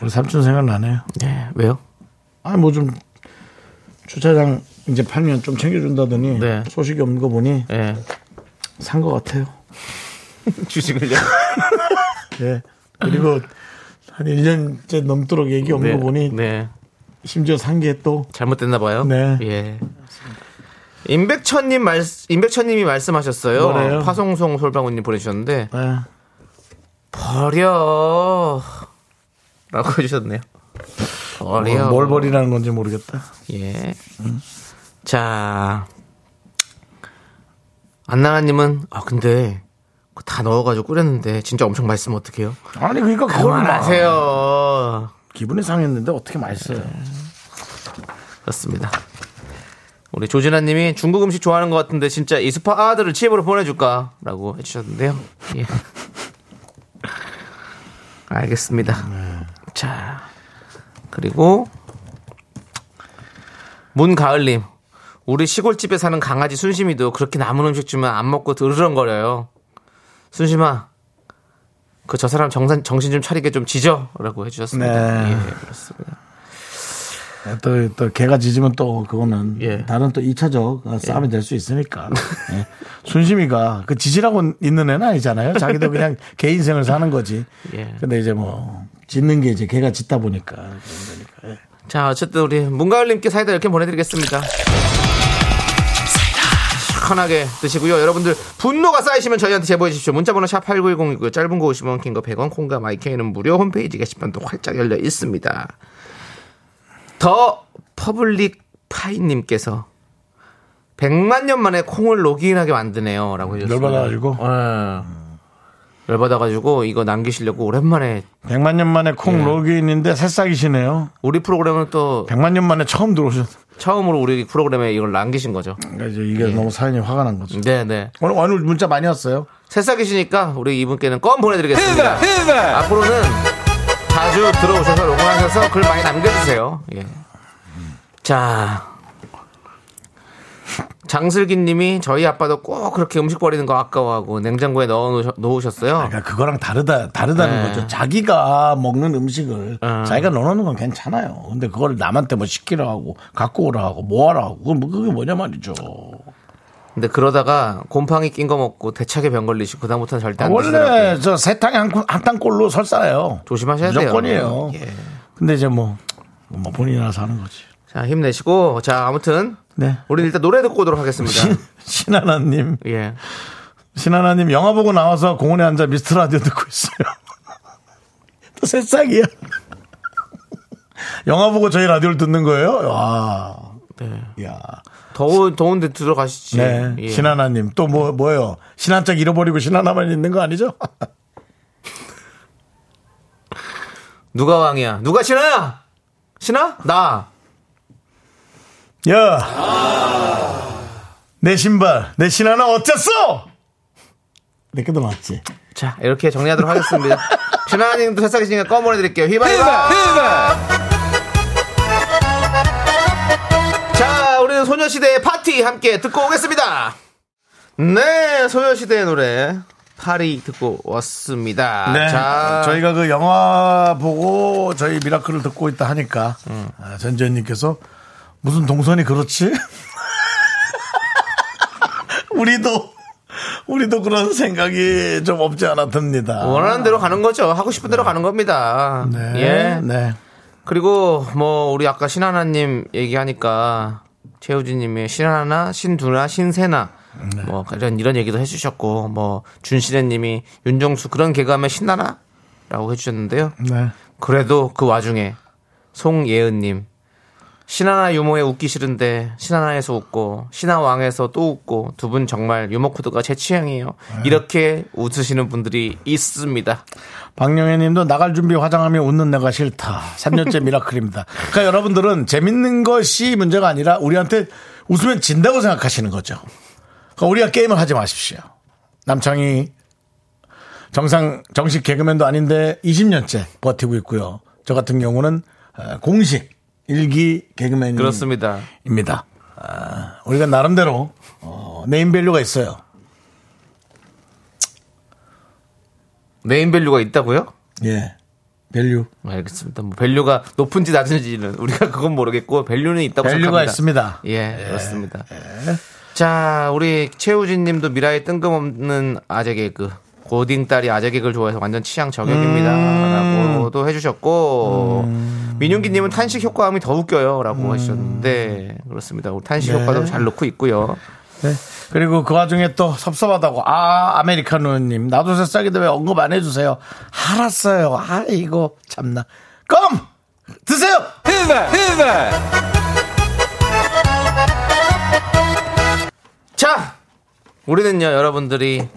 우리 삼촌 생각나네요. 네, 왜요? 아니 뭐 좀 주차장 이제 팔면 좀 챙겨준다더니 네. 소식이 없는 거 보니 예. 산 것 같아요. 주식을요? 예. 그리고 한 1년째 넘도록 얘기 없는 네, 거 보니 네. 심지어 산 게 또 잘못됐나 봐요. 네. 예. 임백천님 말, 임백천님이 말씀하셨어요. 뭐래요? 화송송 솔방울님 보내주셨는데, 예. 버려. 라고 해주셨네요. 버려. 뭘 버리라는 건지 모르겠다. 예. 자. 안나라님은, 아, 근데, 그거 다 넣어가지고 끓였는데, 진짜 엄청 맛있으면 어떡해요? 아니 그러니까 그걸 막 그만하세요. 기분이 상했는데 어떻게 맛있어요? 그렇습니다. 우리 조진아님이 중국 음식 좋아하는 것 같은데, 진짜 이 스파 아들을 집으로 보내줄까? 라고 해주셨는데요. 예. 알겠습니다. 자. 그리고, 문가을님. 우리 시골집에 사는 강아지 순심이도 그렇게 남은 음식 주면 안 먹고 드르렁거려요. 순심아, 그 저 사람 정신, 정신 좀 차리게 좀 지져. 라고 해주셨습니다. 네. 예, 그렇습니다. 또, 또, 개가 짖으면 또, 그거는. 예. 다른 또 2차적 어, 싸움이 될 수 있으니까. 예. 순심이가 그 지지라고 있는 애는 아니잖아요. 자기도 그냥 개 인생을 사는 거지. 예. 근데 이제 뭐, 짖는 게 이제 개가 짖다 보니까. 자, 어쨌든 우리 문가을님께 사이다 이렇게 보내드리겠습니다. 시원하게 드시고요. 여러분들 분노가 쌓이시면 저희한테 제보해 주십시오. 문자번호 샵 8910이고요. 짧은 거 50원, 긴 거 100원, 콩과 마이케이는 무료 홈페이지 게시판도 활짝 열려 있습니다. 더 퍼블릭 파이님께서 100만 년 만에 콩을 로그인하게 만드네요. 라고 해주셨습니다. 열받아가지고. 예. 열받아가지고 이거 남기시려고 오랜만에 100만 년 만에 예. 콩 로그인인데 새싹이시네요. 우리 프로그램은 또 100만 년 만에 처음 들어오셨. 처음으로 우리 프로그램에 이걸 남기신 거죠. 그러니까 이제 예. 이게 너무 사연이 화가 난 거죠. 네네. 오늘, 오늘 문자 많이 왔어요. 새싹이시니까 우리 이분께는 껌 보내드리겠습니다. 앞으로는 자주 들어오셔서 녹음하셔서 글 많이 남겨주세요. 예. 자. 장슬기 님이 저희 아빠도 꼭 그렇게 음식 버리는 거 아까워하고 냉장고에 넣어 놓으셨어요. 그러니까 그거랑 다르다 다르다는 네. 거죠. 자기가 먹는 음식을 음. 자기가 넣어놓는 건 괜찮아요. 근데 그걸 남한테 뭐 시키라 하고 갖고 오라 하고 뭐하라 하고 그건 뭐 그게 뭐냐 말이죠. 근데 그러다가 곰팡이 낀 거 먹고 대차게 병 걸리시고 그다음부터는 절대 안 드시더라고요. 원래 저 세탕에 한, 꿀- 한 땅꼴로 설사해요. 조심하셔야 돼요. 무조건이에요. 예. 근데 이제 뭐, 뭐 본인 알아서 하는 거지. 자, 힘내시고 자, 아무튼 네. 우리 일단 노래 듣고 오도록 하겠습니다. 신하나님, 예. 신하나님 영화 보고 나와서 공원에 앉아 미스트 라디오 듣고 있어요. 또 새싹이야. 영화 보고 저희 라디오를 듣는 거예요? 와. 네. 야. 더운 더운데 들어가시지. 네. 예. 신하나님. 또 뭐, 뭐예요? 신한짝 잃어버리고 신하나만 있는 거 아니죠? 누가 왕이야? 누가 신하야? 신하? 나. 야. 내 신발, 내 신하나 어쨌어? 내게도 맞지. 자 이렇게 정리하도록 하겠습니다. 신하님도 새싹이시니까 껌 보내드릴게요. 휘바휘바. 자 우리는 소녀시대의 파티 함께 듣고 오겠습니다. 네, 소녀시대의 노래 파리 듣고 왔습니다. 네. 자 저희가 그 영화 보고 저희 미라클을 듣고 있다 하니까 아, 전지현님께서 무슨 동선이 그렇지? 우리도 우리도 그런 생각이 좀 없지 않아 듭니다. 원하는 대로 가는 거죠. 하고 싶은 대로 가는 겁니다. 네. 예. 네. 그리고 뭐 우리 아까 신하나님 얘기하니까 최우진님이 신하나, 신두나, 신세나 뭐 이런 이런 얘기도 해주셨고 뭐 준시래님이 윤정수 그런 개그하면 신나나라고 해주셨는데요. 네. 그래도 그 와중에 송예은님 신하나 유머에 웃기 싫은데 신하나에서 웃고 신하왕에서 또 웃고 두 분 정말 유머 코드가 제 취향이에요. 이렇게 웃으시는 분들이 있습니다. 박영애 님도 나갈 준비 화장하며 웃는 내가 싫다. 3년째 미라클입니다. 그러니까 여러분들은 재밌는 것이 문제가 아니라 우리한테 웃으면 진다고 생각하시는 거죠. 그러니까 우리가 게임을 하지 마십시오. 남창이 정상, 정식 개그맨도 아닌데 20년째 버티고 있고요. 저 같은 경우는 어, 공식 일기 개그맨입니다. 그렇습니다. 아, 우리가 나름대로 어, 네임밸류가 있어요. 네임밸류가 있다고요? 예. 밸류. 알겠습니다. 뭐 밸류가 높은지 낮은지는 우리가 그건 모르겠고 밸류는 있다고 밸류가 생각합니다. 있습니다. 예, 그렇습니다. 자, 우리 최우진 님도 미라의 뜬금없는 아재 개그. 고딩 딸이 아재 개그를 좋아해서 완전 취향 저격입니다. 라고도 해주셨고, 민윤기 님은 탄식 음. 효과음이 더 웃겨요. 라고 하셨는데, 그렇습니다. 우리 탄식 네. 효과도 잘 넣고 있고요. 네. 그리고 그 와중에 또 섭섭하다고 아 아메리카노님 나도 새싹인데 왜 언급 안 해주세요 알았어요 아이고 참나 껌 드세요 자, 우리는요 여러분들이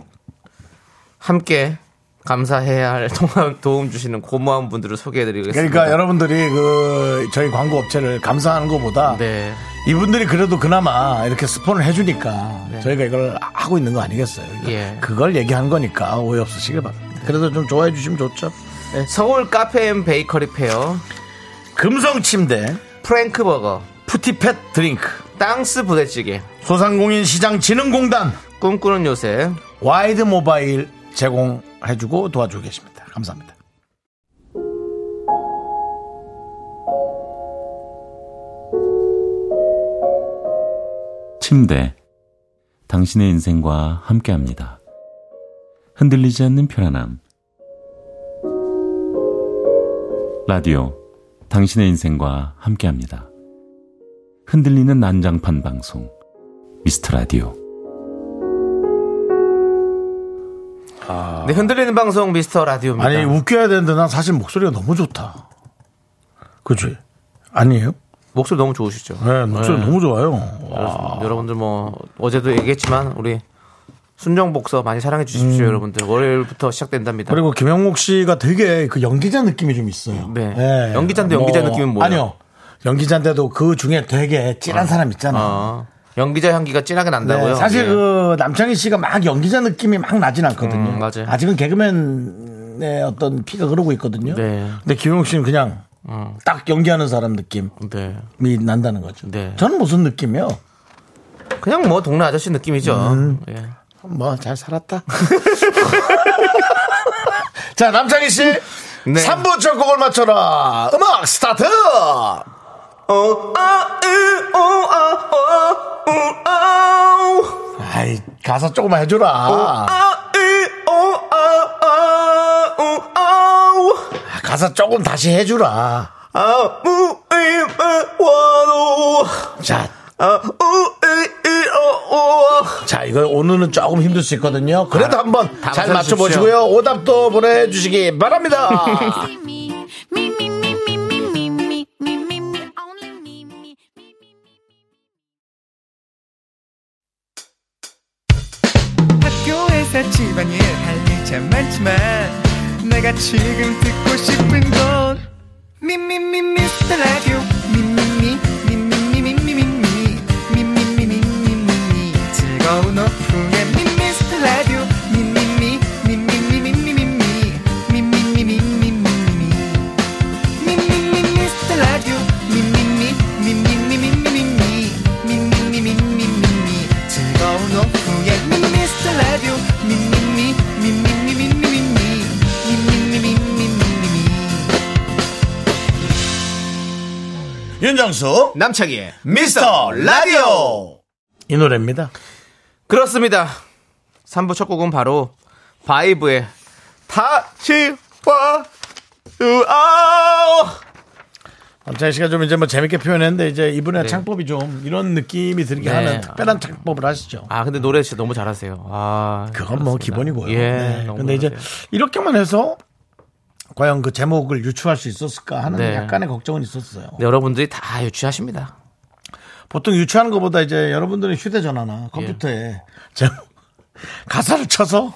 함께 감사해야 할 동안 도움 주시는 고마운 분들을 소개해드리겠습니다. 그러니까 여러분들이 그 저희 광고 업체를 감사하는 것보다 네, 이분들이 그래도 그나마 이렇게 스폰을 해주니까 저희가 이걸 하고 있는 거 아니겠어요 그러니까 네. 예. 그걸 얘기한 거니까 오해 없으시길 바랍니다 그래도 좀 좋아해 주시면 좋죠 서울 카페앤 베이커리 페어, 금성침대 프랭크버거, 푸티팻 드링크 땅스 부대찌개, 소상공인 시장 진흥공단 꿈꾸는 요새, 와이드 모바일 제공해주고 도와주고 계십니다. 감사합니다. 침대, 당신의 인생과 함께합니다. 흔들리지 않는 편안함. 라디오, 당신의 인생과 함께합니다. 흔들리는 난장판 방송, 미스터 라디오. 네, 흔들리는 방송 미스터 라디오입니다. 아. 아니 웃겨야 되는데 난 사실 목소리가 너무 좋다. 그지? 아니에요? 목소리 너무 좋으시죠? 네, 목소리 네. 너무 좋아요. 그렇습니다. 여러분들 뭐 어제도 얘기했지만 우리 순정 복서 많이 사랑해 주십시오, 여러분들. 월요일부터 시작된답니다. 음. 그리고 김영목 씨가 되게 그 연기자 느낌이 좀 있어요. 네. 예. 연기자인데 연기자 느낌은 뭐예요? 아니요. 연기자인데도 그 중에 되게 찐한 사람 있잖아요. 어, 연기자 향기가 진하게 네, 난다고요. 사실 예. 그 남창희 씨가 막 연기자 느낌이 막 나진 않거든요. 음, 맞아요. 직은 개그맨의 어떤 피가 흐르고 있거든요. 네. 근데 김영욱 씨는 그냥 딱 연기하는 사람 느낌이 네. 난다는 거죠. 네. 저는 무슨 느낌이요? 그냥 뭐 동네 아저씨 느낌이죠. 예. 뭐 잘 살았다. 자 남창희 씨 네. 3부 첫 곡을 맞춰라. 음악 스타트. 어, 아, 음, 아이 가사 조금만 어, 해줘라. 아, 음, 아, 가사 조금 다시 해주라. 자. 어, 자, 이거 오늘은 조금 힘들 수 있거든요. 그래도 아, 한번 다 잘 맞춰주십시오. 맞춰보시고요. 오답도 보내주시기 바랍니다. me, me, me, me, me, me, me, me, me, me, me, only me, me, me. 학교에서 집안일 할 일 참 많지만 내가 지금 듣고 싶은 건 미미미 미스터 라디오 미미미 미미미 미미미 미미미 미미미 즐거운 오후에 미스터 라디오 미미미 미미미 미미미 미미미 미미미 윤정수, 남창희의 미스터 라디오. 이 노래입니다. 그렇습니다. 3부 첫 곡은 바로 바이브의 다시 와 우아오 남창희 씨가 좀 이제 뭐 재밌게 표현했는데 이제 이분의 창법이 좀 이런 느낌이 들게 네. 하는 특별한 창법을 하시죠. 아 근데 노래 진짜 너무 잘하세요. 아 그건 뭐 그렇습니다. 기본이고요. 예. 네. 너무 근데 이제 잘하세요. 이렇게만 해서 과연 그 제목을 유추할 수 있었을까 하는 네. 약간의 걱정은 있었어요. 근데 여러분들이 다 유치하십니다. 보통 유추하는 것보다 이제 여러분들은 휴대전화나 컴퓨터에 예. 제목, 가사를 쳐서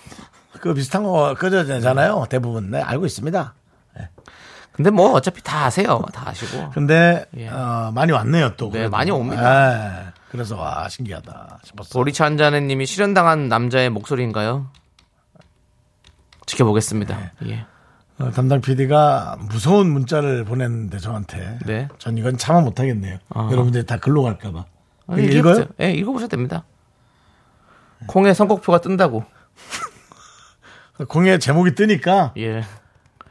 그 비슷한 거 꺼져잖아요. 대부분. 네, 알고 있습니다. 근데 뭐 어차피 다 아세요. 다 그렇죠. 아시고. 근데 예. 어, 많이 왔네요 또. 네, 그래도. 많이 옵니다. 예. 그래서 와 신기하다 싶었어. 요 보리차 한잔해님이 실현당한 남자의 목소리인가요? 지켜보겠습니다. 네. 예. 어, 담당 PD가 무서운 문자를 보냈는데 저한테. 네. 전 이건 참아 못하겠네요. 아. 여러분들이 다 글로 갈까봐. 아니, 읽어요? 읽어보세요. 예, 읽어보셔도 됩니다. 콩의 선곡표가 뜬다고. 공의 제목이 뜨니까. 예.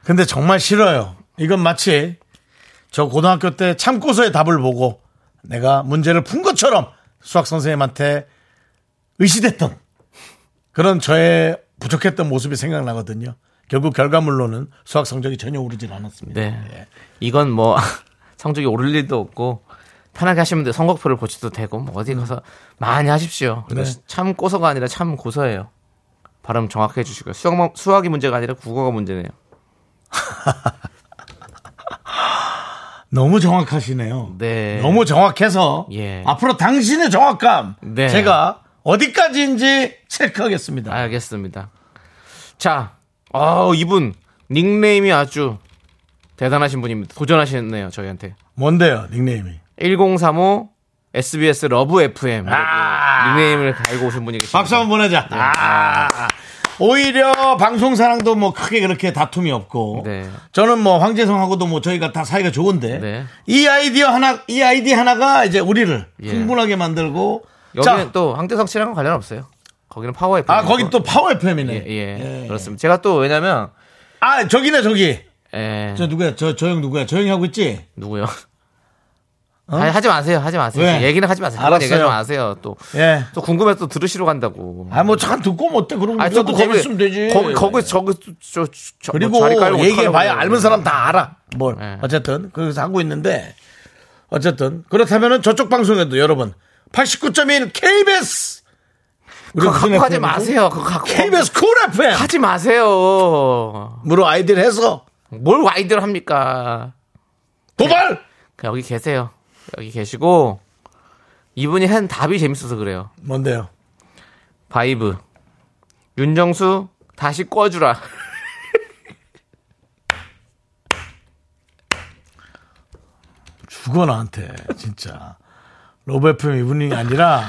근데 정말 싫어요. 이건 마치 저 고등학교 때 참고서의 답을 보고 내가 문제를 푼 것처럼 수학 선생님한테 의시됐던 그런 저의 부족했던 모습이 생각나거든요. 결국 결과물로는 수학 성적이 전혀 오르질 않았습니다. 예. 네. 이건 뭐 성적이 오를 일도 없고 편하게 하시면 돼요. 선곡표를 보셔도 되고 뭐 어디 가서 많이 하십시오. 근데 네. 참 고서가 아니라 참 고서예요. 발음 정확히 해주시고요. 수학, 수학이 문제가 아니라 국어가 문제네요. 너무 정확하시네요. 네. 너무 정확해서 예. 앞으로 당신의 정확감 네. 제가 어디까지인지 체크하겠습니다. 아. 알겠습니다. 자, 어, 이분 닉네임이 아주 대단하신 분입니다. 도전하셨네요, 저희한테. 뭔데요 예. 닉네임이? 1035 SBS 러브 FM 닉네임을 갈고 오신 분이 계십니다. 아! 박수 한번 보내자. 예. 아. 오히려 방송사랑도 뭐 크게 그렇게 다툼이 없고 네. 저는 뭐 황재성하고도 뭐 저희가 다 사이가 좋은데 네. 이 아이디어 하나 이 아이디 하나가 이제 우리를 예. 흥분하게 만들고 여기는 또 황태성 씨랑은 관련 없어요. 거기는 파워 FM. 아 거기 또 파워 FM이네. 예, 예, 그렇습니다. 제가 또 왜냐면 아 저기네 저기 예, 저 누구야 저 저 형 누구야 저 형이 하고 있지? 누구요? 아니, 하지 마세요. 하지 마세요. 어? 왜? 얘기는 하지 마세요. 그런 알았어요. 얘기 하지 마세요. 또, 예. 또 궁금해서 또 들으시러 간다고. 아, 뭐, 참 듣고 못 돼. 그럼 우리가 또 거기 있으면 되지. 아, 거기, 거기, 저기, 저, 저, 저, 그리고 뭐 자리 깔고 얘기해봐야 어떡하려고 알면 사람 다 알아. 뭘. 네. 어쨌든, 그래서 하고 있는데, 어쨌든, 그렇다면은 저쪽 방송에도 여러분, 89.1 KBS! 우리 그거 무슨 갖고 하지 FM 이죠? 마세요. 그거 갖고. KBS 쿨 FM! 하지 마세요. 무로 아이디를 해서 뭘 와이드를 합니까? 네. 도발! 그냥 여기 계세요. 여기 계시고, 이분이 한 답이 재밌어서 그래요. 뭔데요? 바이브. 윤정수, 다시 꺼주라. 죽어, 나한테. 진짜. 로브 FM 이분이 아니라,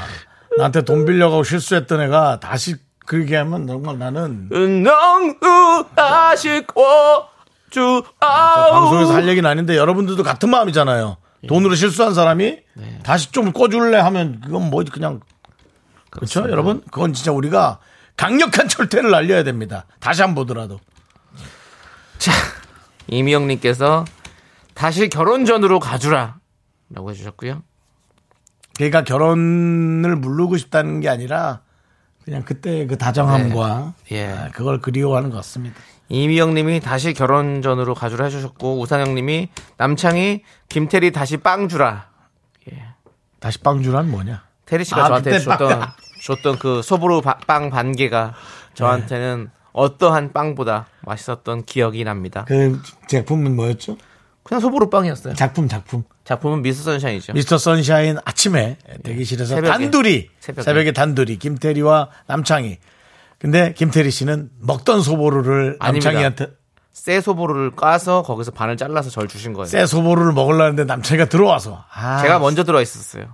나한테 돈 빌려가고 실수했던 애가 다시 그렇게 하면 정말 나는 윤정수, 다시 꺼주, 아우. 방송에서 할 얘기는 아닌데 여러분들도 같은 마음이잖아요. 돈으로 실수한 사람이 다시 좀 꺼줄래 하면 그건 뭐 그냥 그렇죠 여러분 그건 진짜 우리가 강력한 철퇴를 날려야 됩니다. 다시 한 번 보더라도 자, 이미영님께서 다시 결혼 전으로 가주라. 라고 해주셨고요. 걔가 결혼을 물르고 싶다는 게 아니라 그냥 그때 그 다정함과 네. 예. 아, 그걸 그리워하는 것 같습니다. 이미영님이 다시 결혼 전으로 가주라 해주셨고, 우상영님이 남창이 김태리 다시 빵 주라. 다시 빵주란 뭐냐? 테리 씨가 아, 저한테 그때 빵. 줬던 줬던 그 소보루 바- 빵 반개가 네. 저한테는 어떠한 빵보다 맛있었던 기억이 납니다. 그 제품은 뭐였죠? 그냥 소보루 빵이었어요. 작품 작품 작품은 미스 선샤인이죠. 미스터 선샤인 아침에 대기실에서 예, 새벽에. 단둘이 새벽에. 새벽에. 단둘이 김태리와 남창희. 근데 김태리 씨는 먹던 소보루를 아닙니다. 남창희한테 새 소보루를 까서 거기서 반을 잘라서 절 주신 거예요. 새 소보루를 먹으려는데 남창희가 들어와서 아, 제가 먼저 들어 있었어요.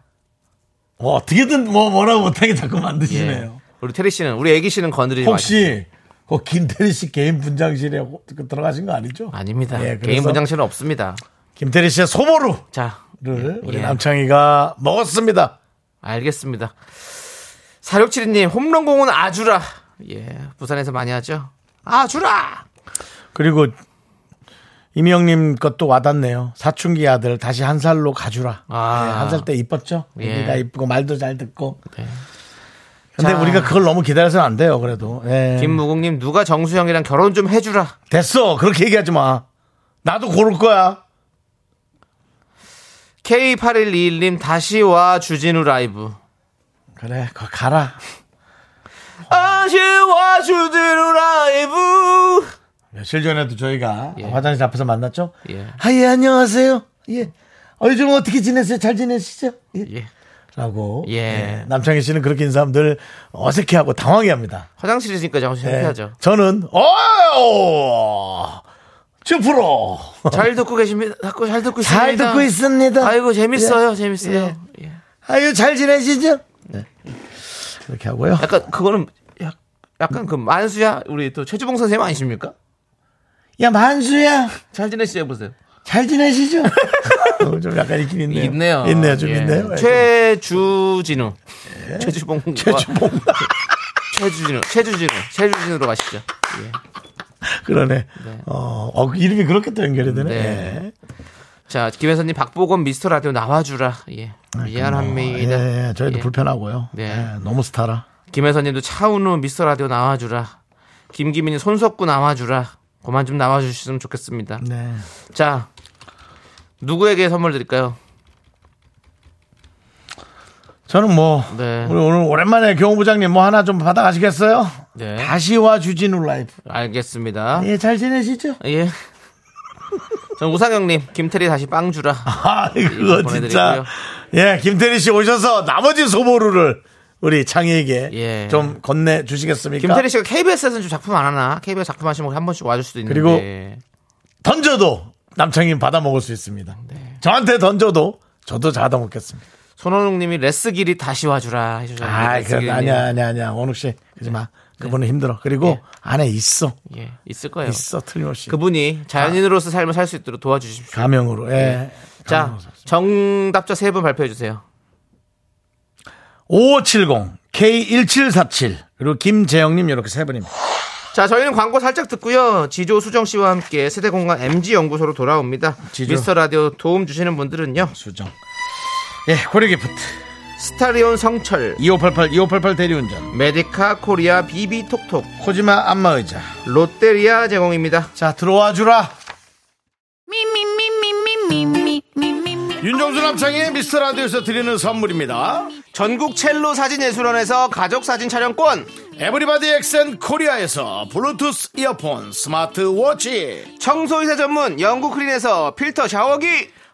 뭐 어떻게든 뭐 뭐라고 못하게 자꾸 만드시네요. 예. 우리 테리 씨는 우리 애기 씨는 건드리지 마시 혹시 그 김태리 씨 개인 분장실에 호- 그 들어가신 거 아니죠? 아닙니다. 예, 그래서 개인 분장실은 없습니다. 김태리 씨의 소보루를 자, 우리 예. 남창희가 먹었습니다. 알겠습니다. 사육칠이님 홈런공은 아주라. 예, 부산에서 많이 하죠. 아주라. 그리고 이미영님 것도 와닿네요. 사춘기 아들 다시 한 살로 가주라. 네, 아. 한 살 때 이뻤죠? 예. 우리가 이쁘고 말도 잘 듣고. 네. 근데 자. 우리가 그걸 너무 기다려서는 안 돼요. 그래도 예. 네. 김무국님 누가 정수영이랑 결혼 좀 해주라. 됐어. 그렇게 얘기하지 마. 나도 고를 거야. K8121님 다시 와 주진우 라이브. 그래, 거 가라. 다시 와 주진우 라이브. 며칠 전에도 저희가 예. 화장실 앞에서 만났죠. 예. 아, 예, 안녕하세요. 예. 어, 요즘 어떻게 지내세요? 잘 지내시죠? 예. 예. 라고. 예. 남창희 씨는 그렇게 인사하면 늘 어색해하고 당황해 합니다. 화장실이니까 정신 네. 차려야죠. 저는 어 쭈프로 잘 듣고 계십니다. 듣고- 잘 듣고 있습니다. 잘 듣고 있습니다. 아이고 재밌어요, 재밌어요. 예. 아유 잘 지내시죠? 네. 이렇게 하고요. 약간 그거는 약- 약간 그 만수야 우리 또 최주봉 선생님 아니십니까? 야 만수야 잘 지내시죠 보세요. 잘 지내시죠? 어, 좀 약간 있긴 있네요. 있네요. 있네요, 좀 예. 있네요. 최주진우. 최주봉. 최주봉 최주진우. 최주진우. 최주진우로 가시죠. 예. 그러네. 어, 어, 이름이 그렇게 또 연결이 되네. 네. 네. 자, 김현선님 박보검 미스터 라디오 나와주라. 예. 미안합니다. 아, 예, 예, 저희도 예. 불편하고요. 네. 예, 너무 스타라. 김혜선님도 차은우 미스터 라디오 나와주라. 김기민이 손석구 나와주라. 그만 좀 나와주셨으면 좋겠습니다. 네. 자, 누구에게 선물 드릴까요? 저는 뭐 네. 우리 오늘 오랜만에 경호부장님 뭐 하나 좀 받아가시겠어요? 네. 다시 와 주진우 라이브. 알겠습니다. 예, 잘 지내시죠? 예. 전 우상영님, 김태리 다시 빵 주라. 아, 이거 진짜. 보내드리고요. 예, 김태리 씨 오셔서 나머지 소보루를 우리 창희에게 예. 좀 건네 주시겠습니까? 김태리 씨가 KBS에서는 좀 작품 안 하나? KBS 작품 하시면 한 번씩 와줄 수도 있는데. 그리고 던져도 남창희 받아 먹을 수 있습니다. 네. 저한테 던져도 저도 받아 먹겠습니다. 손원웅님이 레스길이 다시 와주라 해주셨는데. 아, 그 레스길이님. 아니야, 아니야, 아니야. 원욱 씨, 그러지 네. 마. 그분은 힘들어. 그리고 예. 안에 있어, 예, 있을 거예요. 있어, 틀림없이. 그분이 자연인으로서 삶을 살 수 있도록 도와주십시오. 가명으로. 네. 예. 자, 정답자 세 분 발표해 주세요. 5570 K1747 그리고 김재영님 이렇게 세 분입니다. 자, 저희는 광고 살짝 듣고요. 지조 수정 씨와 함께 세대공간 MG 연구소로 돌아옵니다. 지조. 미스터 라디오 도움 주시는 분들은요. 수정. 예, 고려기프트. 스타리온 성철 2588, 2588 대리운전. 메디카 코리아 비비톡톡 코지마 안마의자. 롯데리아 제공입니다. 자, 들어와 주라. 윤정수 윤정수 남창의 미스터 라디오에서 드리는 선물입니다. 전국 첼로 사진예술원에서 가족 사진 촬영권 에브리바디 엑센 코리아에서 블루투스 이어폰, 스마트 워치, 청소이사 전문 영국 크린에서 필터 샤워기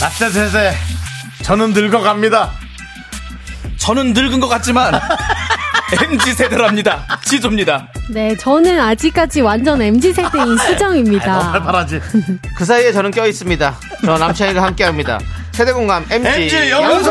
낮새 세세. 저는 늙어갑니다. 저는 늙은 것 같지만 MZ 세대랍니다. 지조입니다. 네, 저는 아직까지 완전 MZ 세대인 수정입니다. 바라지. 그 사이에 저는 껴있습니다 저 남창희가 함께합니다 세대공감 MG, MG 연구소!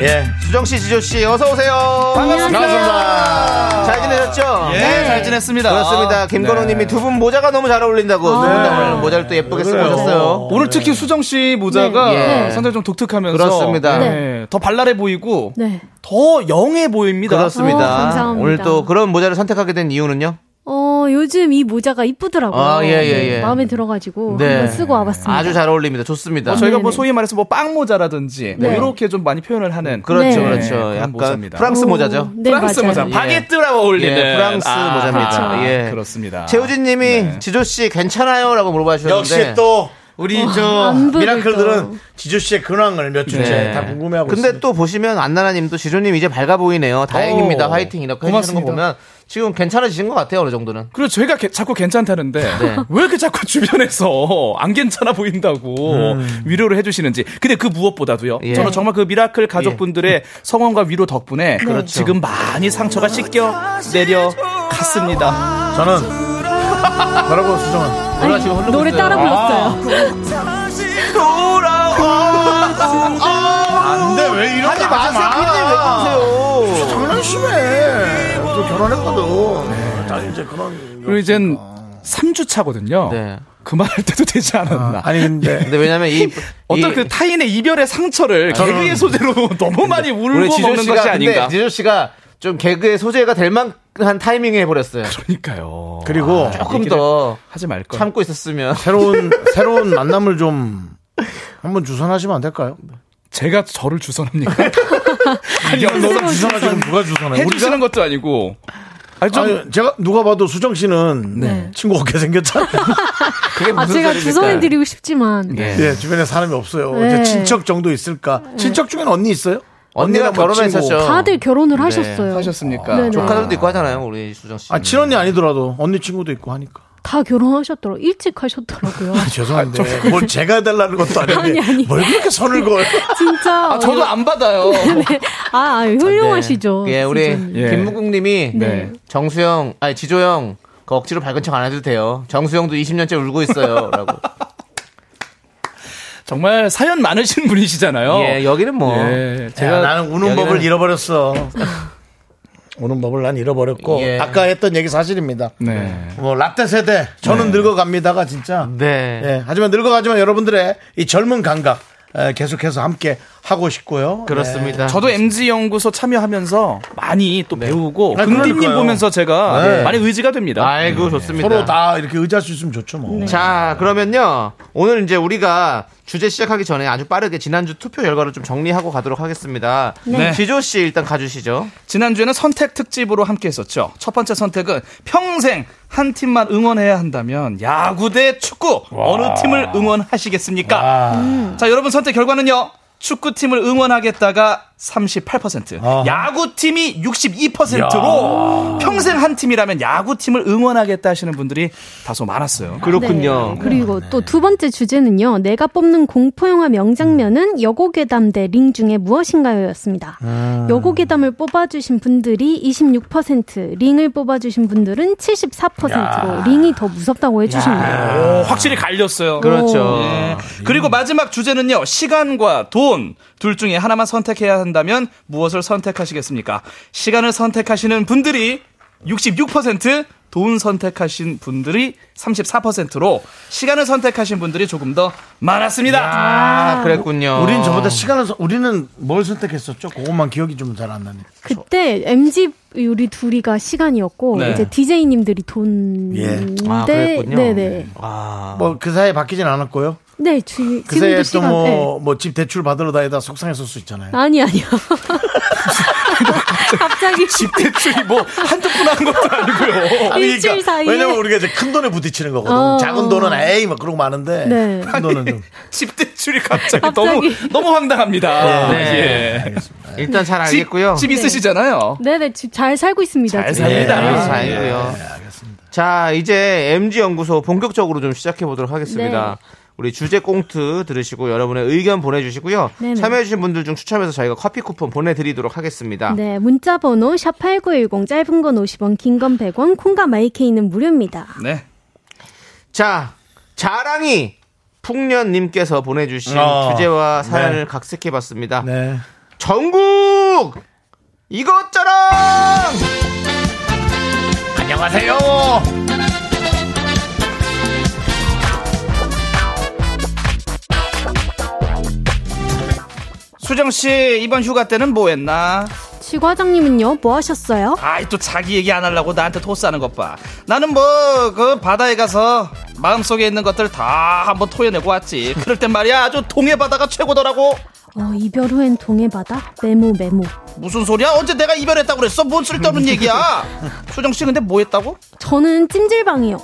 예. 수정씨 지조씨 어서오세요 반갑습니다. 잘 지내셨죠? 네, 잘 지냈습니다. 그렇습니다. 네. 김건호님이 두 분 모자가 너무 잘 어울린다고 아. 두 분 다 오늘 모자를 또 예쁘게 쓰고 오셨어요. 오늘 특히 수정 씨 모자가 네. 예. 상당히 좀 독특하면서 그렇습니다. 예, 더 발랄해 보이고 네. 더 영해 보입니다. 그렇습니다. 어, 감사합니다. 오늘 또 그런 모자를 선택하게 된 이유는요? 어, 요즘 이 모자가 이쁘더라고요. 아, 예, 예, 예. 마음에 들어가지고 네. 한번 쓰고 와봤습니다. 아주 잘 어울립니다. 좋습니다. 어, 저희가 뭐 네네. 소위 말해서 뭐 빵 모자라든지 뭐 네. 이렇게 좀 많이 표현을 하는 그렇죠, 네. 그렇죠. 그런 약간 모자입니다. 프랑스 오, 모자죠. 네, 프랑스 맞아요. 모자 바게트랑 어울리는 예, 프랑스 아, 모자입니다. 그렇죠. 예. 그렇습니다. 최우진님이 네. 지조씨 괜찮아요라고 물어봐 주셨는데 어. 역시 또 우리 아, 저 안 부르니까. 미라클들은 지조 씨의 근황을 몇 주째 네. 다 궁금해하고 근데 있습니다. 또 보시면 안나나님도 지조님 이제 밝아 보이네요. 다행입니다. 오, 화이팅 이렇게 해주시는 거 고맙습니다. 보면 지금 괜찮아지신 것 같아요. 어느 정도는. 그리고 저희가 게- 자꾸 괜찮다는데 네. 왜 이렇게 자꾸 주변에서 안 괜찮아 보인다고 음. 위로를 해주시는지 근데 그 무엇보다도요 예. 저는 정말 그 미라클 가족분들의 예. 성원과 위로 네. 덕분에 그렇죠. 지금 많이 상처가 씻겨 내려갔습니다 저는 뭐라고 수정한 아니, 노래 따라 아. 불렀어요. 안돼 왜 아, 이런 하지 마세요 왜 그러세요? 장난 심해 저 결혼했거든 나 이제 그런 그리고 이젠 3주 차거든요 네. 그만할 때도 되지 않았나 아니 근데 근데 왜냐면 이 어떤 이- 그 타인의 이별의 상처를 개그의 소재로 너무 많이 우리 울고 지조 먹는 씨가 것이 근데 아닌가 지조 씨가 좀 개그의 소재가 될 만한 타이밍에 해버렸어요. 그러니까요 그리고 조금 더 하지 말걸 참고 있었으면. 새로운 새로운 만남을 좀 한번 주선하시면 안 될까요? 제가 저를 주선합니까? 아니, 너가 주선하지 그럼 누가 주선해? 우리가 해주시는 것도 아니고. 아니, 좀, 아니, 제가 누가 봐도 수정 씨는 네. 친구 없게 생겼잖아요. 그게 아, 제가 주선해드리고 싶지만. 예, 주변에 사람이 없어요. 네. 이제 친척 정도 있을까? 친척 중엔 언니 있어요? 언니가 뭐 친구. 결혼했었죠. 다들 결혼을 네. 하셨어요. 하셨습니까? 네네. 조카들도 있고 하잖아요, 우리 수정 씨. 음. 아 친언니 아니더라도 언니 친구도 있고 하니까. 다 결혼하셨더라고요. 일찍 하셨더라고요. 아, 죄송한데 뭘 제가 해달라는 것도 아닌데 아니, 아니. 뭘 그렇게 선을 그어? 진짜. 아, 저도 안 받아요. 네. 아, 아, 훌륭하시죠. 예, 우리 수정님. 예. 김무국님이 네. 정수영, 아니 지조영, 그 억지로 밝은 척 안 해도 돼요. 정수영도 20년째 울고 있어요.라고. 정말 사연 많으신 분이시잖아요. 예, 여기는 뭐 어. 예, 제가 제가 나는 우는 여기는- 법을 잃어버렸어. 우는 법을 난 잃어버렸고 예. 아까 했던 얘기 사실입니다. 네. 뭐 라떼 세대 저는 늙어갑니다가 진짜. 네. 예, 하지만 늙어가지만 여러분들의 이 젊은 감각 에, 계속해서 함께 하고 싶고요. 네. 그렇습니다. 저도 MG 연구소 참여하면서 많이 또 배우고 아, 금디님 그러니까요. 보면서 제가 네. 많이 의지가 됩니다. 아이고 네. 좋습니다. 서로 다 이렇게 의지할 수 있으면 좋죠 네. 뭐. 자, 그러면요. 오늘 이제 우리가 주제 시작하기 전에 아주 빠르게 지난주 투표 결과를 좀 정리하고 가도록 하겠습니다. 네. 지조 씨 일단 가주시죠. 지난주에는 선택 특집으로 함께 했었죠. 첫 번째 선택은 평생 한 팀만 응원해야 한다면 야구 대 축구 어느 팀을 응원하시겠습니까? 자, 여러분 선택 결과는요. 축구팀을 응원하겠다가 38%, 아하. 야구팀이 62%로 평생 한 팀이라면 야구팀을 응원하겠다 하시는 분들이 다소 많았어요. 그렇군요. 네. 그리고 또 두 번째 주제는요. 내가 뽑는 공포영화 명장면은 여고괴담 대 링 중에 무엇인가요였습니다. 여고괴담을 뽑아주신 분들이 26%, 링을 뽑아주신 분들은 74%로 링이 더 무섭다고 해주신 거예요. 오, 어, 확실히 갈렸어요. 그렇죠. 예. 그리고 마지막 주제는요. 시간과 돈 둘 중에 하나만 선택해야 한다면 무엇을 선택하시겠습니까? 시간을 선택하시는 분들이 66%, 돈 선택하신 분들이 34%로 시간을 선택하신 분들이 조금 더 많았습니다. 아, 그랬군요. 우린 저보다 시간을 선- 우리는 뭘 선택했었죠? 그것만 기억이 좀 잘 안 나네. 그때 MG 우리 둘이가 시간이었고 네. 이제 DJ님들이 돈인데 예. 아, 그랬군요. 네네 뭐 그 사이에 바뀌진 않았고요. 네 주, 그 지금도 사이에 시간 또 뭐 네. 뭐 집 대출 받으러 다니다 속상했을 수 있잖아요. 아니 아니요 갑자기 대출이 뭐 한두 푼 하는 것도 아니고요. 아니, 일주일 사이에. 어, 그러니까 왜냐면 우리가 이제 큰 돈에 부딪히는 거거든. 어. 작은 돈은 에이 막 그런 거 많은데 네. 큰 돈은 좀. 집 대출이 갑자기, 갑자기. 너무 너무 황당합니다. 네. 예. 일단 잘 집- 알겠고요. 집 있으시잖아요. 네네 지- 잘 살고 있습니다 잘 지금. 살고 네, 네. 다행이고요. 자, 이제 MG 연구소 본격적으로 좀 시작해 보도록 하겠습니다. 네. 우리 주제 꽁트 들으시고 여러분의 의견 보내주시고요. 네네. 참여해주신 분들 중 추첨해서 저희가 커피 쿠폰 보내드리도록 하겠습니다. 네, 문자 번호 샵8910 짧은 건 50원, 긴 건 100원, 콩과 마이케이는 무료입니다. 네. 자, 자랑이 풍년님께서 보내주신 어, 주제와 사연을 네. 각색해봤습니다. 네. 전국 이것저랑 안녕하세요. 수정 씨 이번 휴가 때는 뭐 했나? 지 과장님은요, 뭐 하셨어요? 아이 또 자기 얘기 안 하려고 나한테 토스하는 것 봐. 나는 뭐 그 바다에 가서 마음속에 있는 것들 다 한번 토해내고 왔지. 그럴 땐 말이야 아주 동해 바다가 최고더라고. 어, 이별 후엔 동해바다? 메모, 메모. 무슨 소리야? 언제 내가 이별했다고 그랬어? 뭔 쓸데없는 얘기야? 수정 씨 근데 뭐 했다고? 저는 찜질방이요.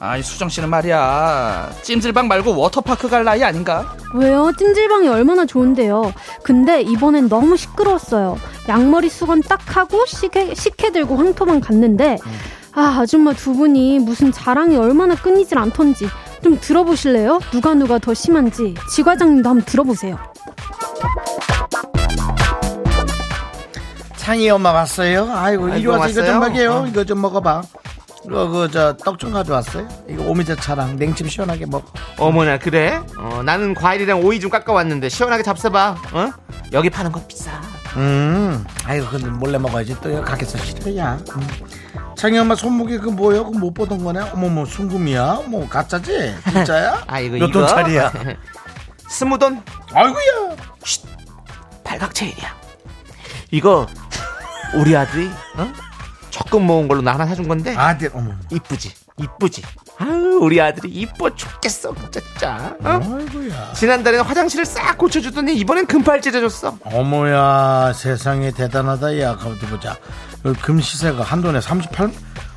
아이 수정 씨는 말이야 찜질방 말고 워터파크 갈 나이 아닌가? 왜요? 찜질방이 얼마나 좋은데요. 근데 이번엔 너무 시끄러웠어요. 양머리 수건 딱 하고 시계, 식혜 들고 황토방 갔는데, 아, 아줌마 두 분이 무슨 자랑이 얼마나 끊이질 않던지 좀 들어보실래요? 누가 누가 더 심한지. 지 과장님도 한번 들어보세요. 창희 엄마 왔어요. 아이고 이리 아이고, 와서 이거 왔어요? 좀 먹여요. 어. 이거 좀 먹어봐. 이거 그저 떡 좀 가져왔어요. 이거 오미자 차랑 냉침 시원하게 먹어. 어머나 그래? 어, 나는 과일이랑 오이 좀 깎아왔는데 시원하게 잡숴봐. 어? 여기 파는 거 비싸. 음. 아이고 근데 몰래 먹어야지 또 여기 가게서 싫어야. 음. 창희 엄마 손목이 그 뭐예요? 그못 보던 거네. 어머머 순금이야. 뭐 가짜지? 진짜야? 아 이거 몇 이거? 돈짜리야? 스무 돈 아이고야. 발각체일이야. 이거 우리 아들이 어? 적금 모은 걸로 나 하나 사준 건데 아들 어머. 이쁘지 이쁘지. 아유 우리 아들이 이뻐 죽겠어 진짜. 어? 아이고야. 지난달에는 화장실을 싹 고쳐주더니 이번엔 금팔찌를 줬어. 어머야 세상에 대단하다 야 가만히 보자 어, 금시세가 한 돈에 38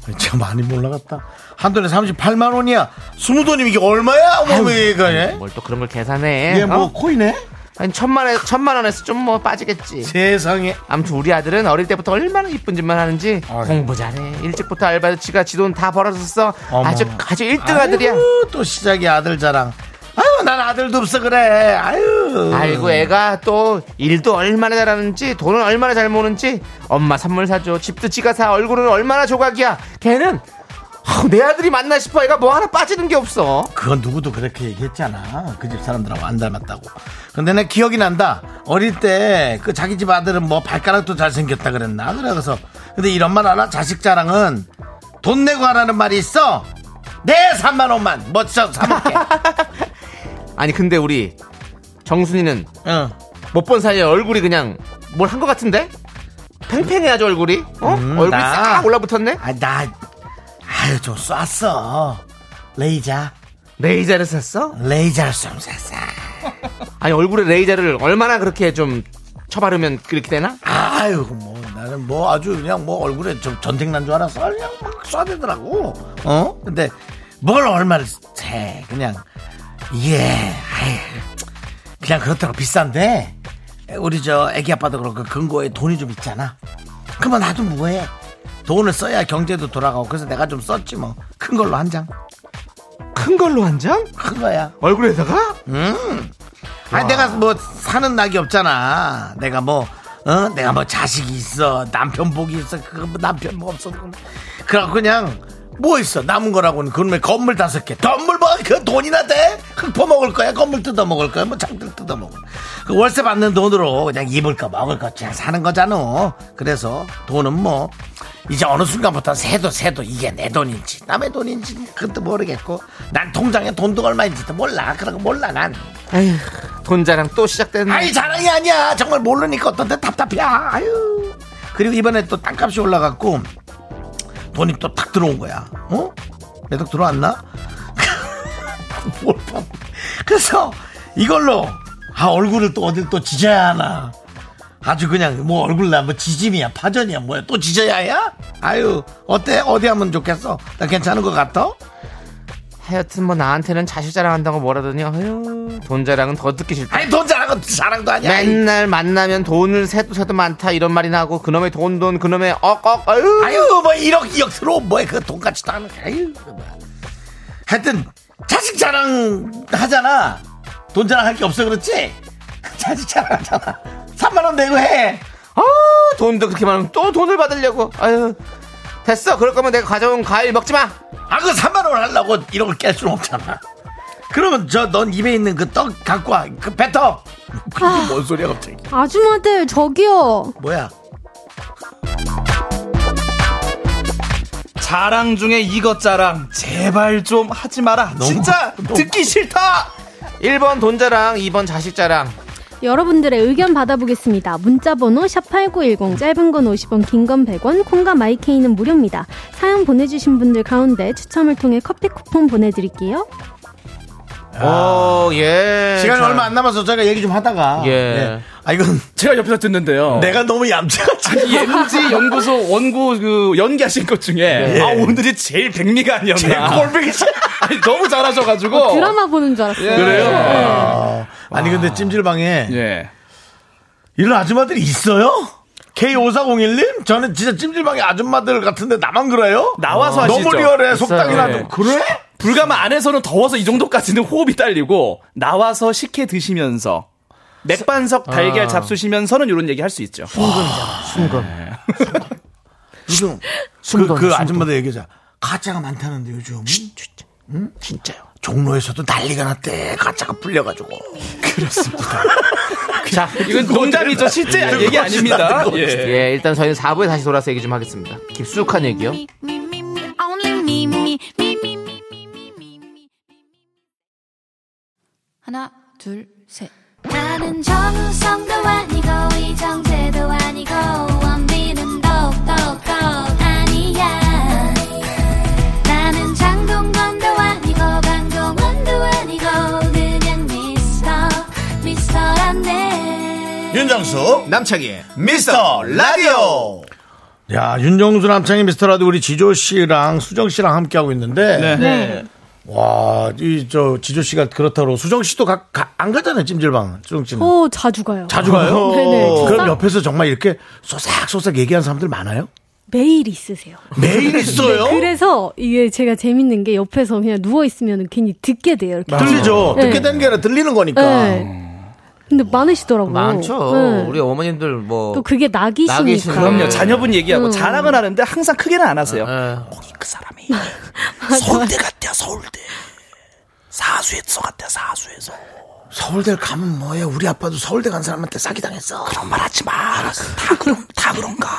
아니, 참 많이 올라갔다 한 돈에 38만 원이야 20돈이면 이게 얼마야 어머 이거 얘 뭘 또 그런 걸 계산해? 이게 뭐 뭐, 어? 코이네 아니 천만 원 천만 원에서 좀 뭐 빠지겠지. 세상에 아무튼 우리 아들은 어릴 때부터 얼마나 이쁜 짓만 하는지 공부 잘해. 일찍부터 알바해서 지가 지돈 다 벌어서 써. 어머. 아주 아주 1등 아들이야. 아이고, 또 시작이 아들 자랑 아유 난 아들도 없어 그래 아유 아이고 애가 또 일도 얼마나 잘하는지 돈은 얼마나 잘 모는지 엄마 선물 사줘 집도 지가 사 얼굴은 얼마나 조각이야 걔는 아우, 내 아들이 맞나 싶어 애가 뭐 하나 빠지는 게 없어 그건 누구도 그렇게 얘기했잖아. 그 집 사람들하고 안 닮았다고. 근데 내 기억이 난다. 어릴 때 그 자기 집 아들은 뭐 발가락도 잘생겼다 그랬나? 그래서. 근데 이런 말 알아? 자식 자랑은 돈 내고 하라는 말이 있어! 내 3만원만! 멋져, 사먹게. 아니 근데 우리 정순이는 응. 못 본 사이에 얼굴이 그냥 뭘 한 것 같은데 팽팽해 아주 얼굴이 어? 음, 얼굴이 나. 싹 올라붙었네 아, 나, 아유, 좀 쐈어. 레이자. 레이저를 샀어? 레이자를 좀 쐈어. 아니 얼굴에 레이저를 얼마나 그렇게 좀 쳐바르면 그렇게 되나? 아유, 뭐, 나는 뭐 아주 그냥 뭐 얼굴에 좀 전쟁 난 줄 알았어. 그냥 막 쏴대더라고. 어? 근데 뭘 얼마를 세. 그냥, 예, 아유. 그냥 그렇더라고. 비싼데. 우리 저 애기 아빠도 그렇고 근거에 돈이 좀 있잖아. 그러면 나도 뭐해? 돈을 써야 경제도 돌아가고 그래서 내가 좀 썼지 뭐 큰 걸로 한 장. 큰 걸로 한 장? 큰 거야. 얼굴에다가? 아니 내가 뭐 사는 낙이 없잖아. 내가 뭐 어? 내가 뭐 자식이 있어, 남편 복이 있어, 그거 뭐 남편 뭐 없어. 그럼. 그래갖고 그냥 뭐 있어 남은 거라고는 그놈의 건물 다섯 개 건물 뭐 그 돈이나 돼? 흙퍼 먹을 거야 건물 뜯어 먹을 거야 뭐 장들 뜯어 먹을 거야. 그 월세 받는 돈으로 그냥 입을 거 먹을 거 그냥 사는 거잖아 그래서 돈은 뭐 이제 어느 순간부터 새도 새도 이게 내 돈인지 남의 돈인지 그것도 모르겠고 난 통장에 돈도 얼마인지도 몰라 그러고 몰라 난 돈 자랑 또 시작됐네. 아이 자랑이 아니야 정말 모르니까 어떤데 답답이야 아유 그리고 이번에 또 땅값이 올라갔고 돈이 또 탁 들어온 거야 어? 내 돈 들어왔나? 뭘 봐. 그래서 이걸로 아 얼굴을 또 어딜 또 지져야 하나 아주 그냥 뭐 얼굴 나뭐 지짐이야 파전이야 뭐야 또 지져야야? 아유 어때 어디 하면 좋겠어 나 괜찮은 것 같아? 하여튼 뭐 나한테는 자식 자랑한다고 뭐라더니 아유 돈 자랑은 더 듣기 싫다. 아니 돈 자랑은 자랑도 아니야 맨날 만나면 돈을 새도 새도 많다 이런 말이나 하고 그놈의 돈 돈 그놈의 억억 아유 아유 뭐 1억 2억 들어오면 뭐해 그 돈같이 다 하는 거야 아유 뭐. 하여튼 자식 자랑 하잖아 돈 자랑 할 게 없어 그렇지 자식 자랑 하잖아 3만원 내고 해 아 돈도 그렇게 많으면 또 돈을 받으려고 아유 됐어 그럴 거면 내가 가져온 과일 먹지 마 아, 그 3만원 하려고 1억을 깰 수는 없잖아 그러면 저 넌 입에 있는 그 떡 갖고 와그 뱉어 아, 그게 뭔 소리야 갑자기 아줌마들 저기요. 뭐야 자랑 중에 이것 자랑 제발 좀 하지 마라. 진짜 듣기 싫다. 1번 돈 자랑 2번 자식 자랑 여러분들의 의견 받아보겠습니다. 문자번호 샵8910, 짧은 건 50원, 긴 건 100원, 콩과 마이케이는 무료입니다. 사연 보내주신 분들 가운데 추첨을 통해 커피 쿠폰 보내드릴게요. 오예 시간이 얼마 안 남아서 저희가 얘기 좀 하다가 예. 아 이건 제가 옆에서 듣는데요. 내가 너무 얌체같이 이 MG 연구소 원고 그 연기하신 것 중에 아 오늘이 제일 백미가 아니었나. 네. 골뱅이 아니 너무 잘하셔가지고. 어, 드라마 보는 줄 알았어요. 그래요? 아니 근데 찜질방에 예. 이런 아줌마들이 있어요? K5401님? 저는 진짜 찜질방에 아줌마들 같은데 나만 그래요? 어. 나와서 너무 하시죠. 리얼해, 네. 속닥이라도. 그래? 불가마 안에서는 더워서 이 정도까지는 호흡이 딸리고 나와서 식혜 드시면서 맥반석 달걀 잡수시면서는 이런 얘기 할 수 있죠. 요즘 그, 그 아줌마들 얘기하자. 가짜가 많다는데 요즘. 진짜. 응? 진짜요. 종로에서도 난리가 났대. 가짜가 풀려가지고. 자, 이건 농담이죠. 실제 얘기 아닙니다. 예. 예 일단 저희는 4부에 다시 돌아서 얘기 좀 하겠습니다 깊숙한 얘기요 네. me, me, me, me, only me, me, me, me, me, me, me, me. 하나, 둘, 셋. 나는 정우성도 아니고 이정재도 아니고 원빈은 더욱더 아니야 나는 장동건도 아니고 강동원도 아니고 그냥 미스터 미스터란데 윤정수, 남창희, 미스터 라디오. 야, 윤정수, 남창희, 미스터 라디오 우리 지조 씨랑 수정 씨랑 함께하고 있는데. 네. 와, 이, 저, 지조 씨가 그렇다고 수정 씨도 가, 가- 안 가잖아요, 찜질방. 수정 씨는. 어, 자주 가요. 자주 가요? 어. 네네. 진짜 그럼 옆에서 정말 이렇게 쏘삭쏘삭 얘기하는 사람들 많아요? 매일 있으세요. 매일 있어요? 네, 그래서 이게 제가 재밌는 게 옆에서 그냥 누워있으면 괜히 듣게 돼요. 이렇게. 들리죠? 네. 듣게 되는 게 아니라 들리는 거니까. 네. 근데 많으시더라고요. 많죠 네. 우리 어머님들 또 뭐 그게 낙이시니까. 낙이시네. 그럼요. 자녀분 얘기하고 자랑은 하는데 항상 크게는 안 하세요. 예. 서울대 를 가면 뭐해? 우리 아빠도 서울대 간 사람한테 사기 당했어. 그런 말 하지 마. 다 그런 다 그런가.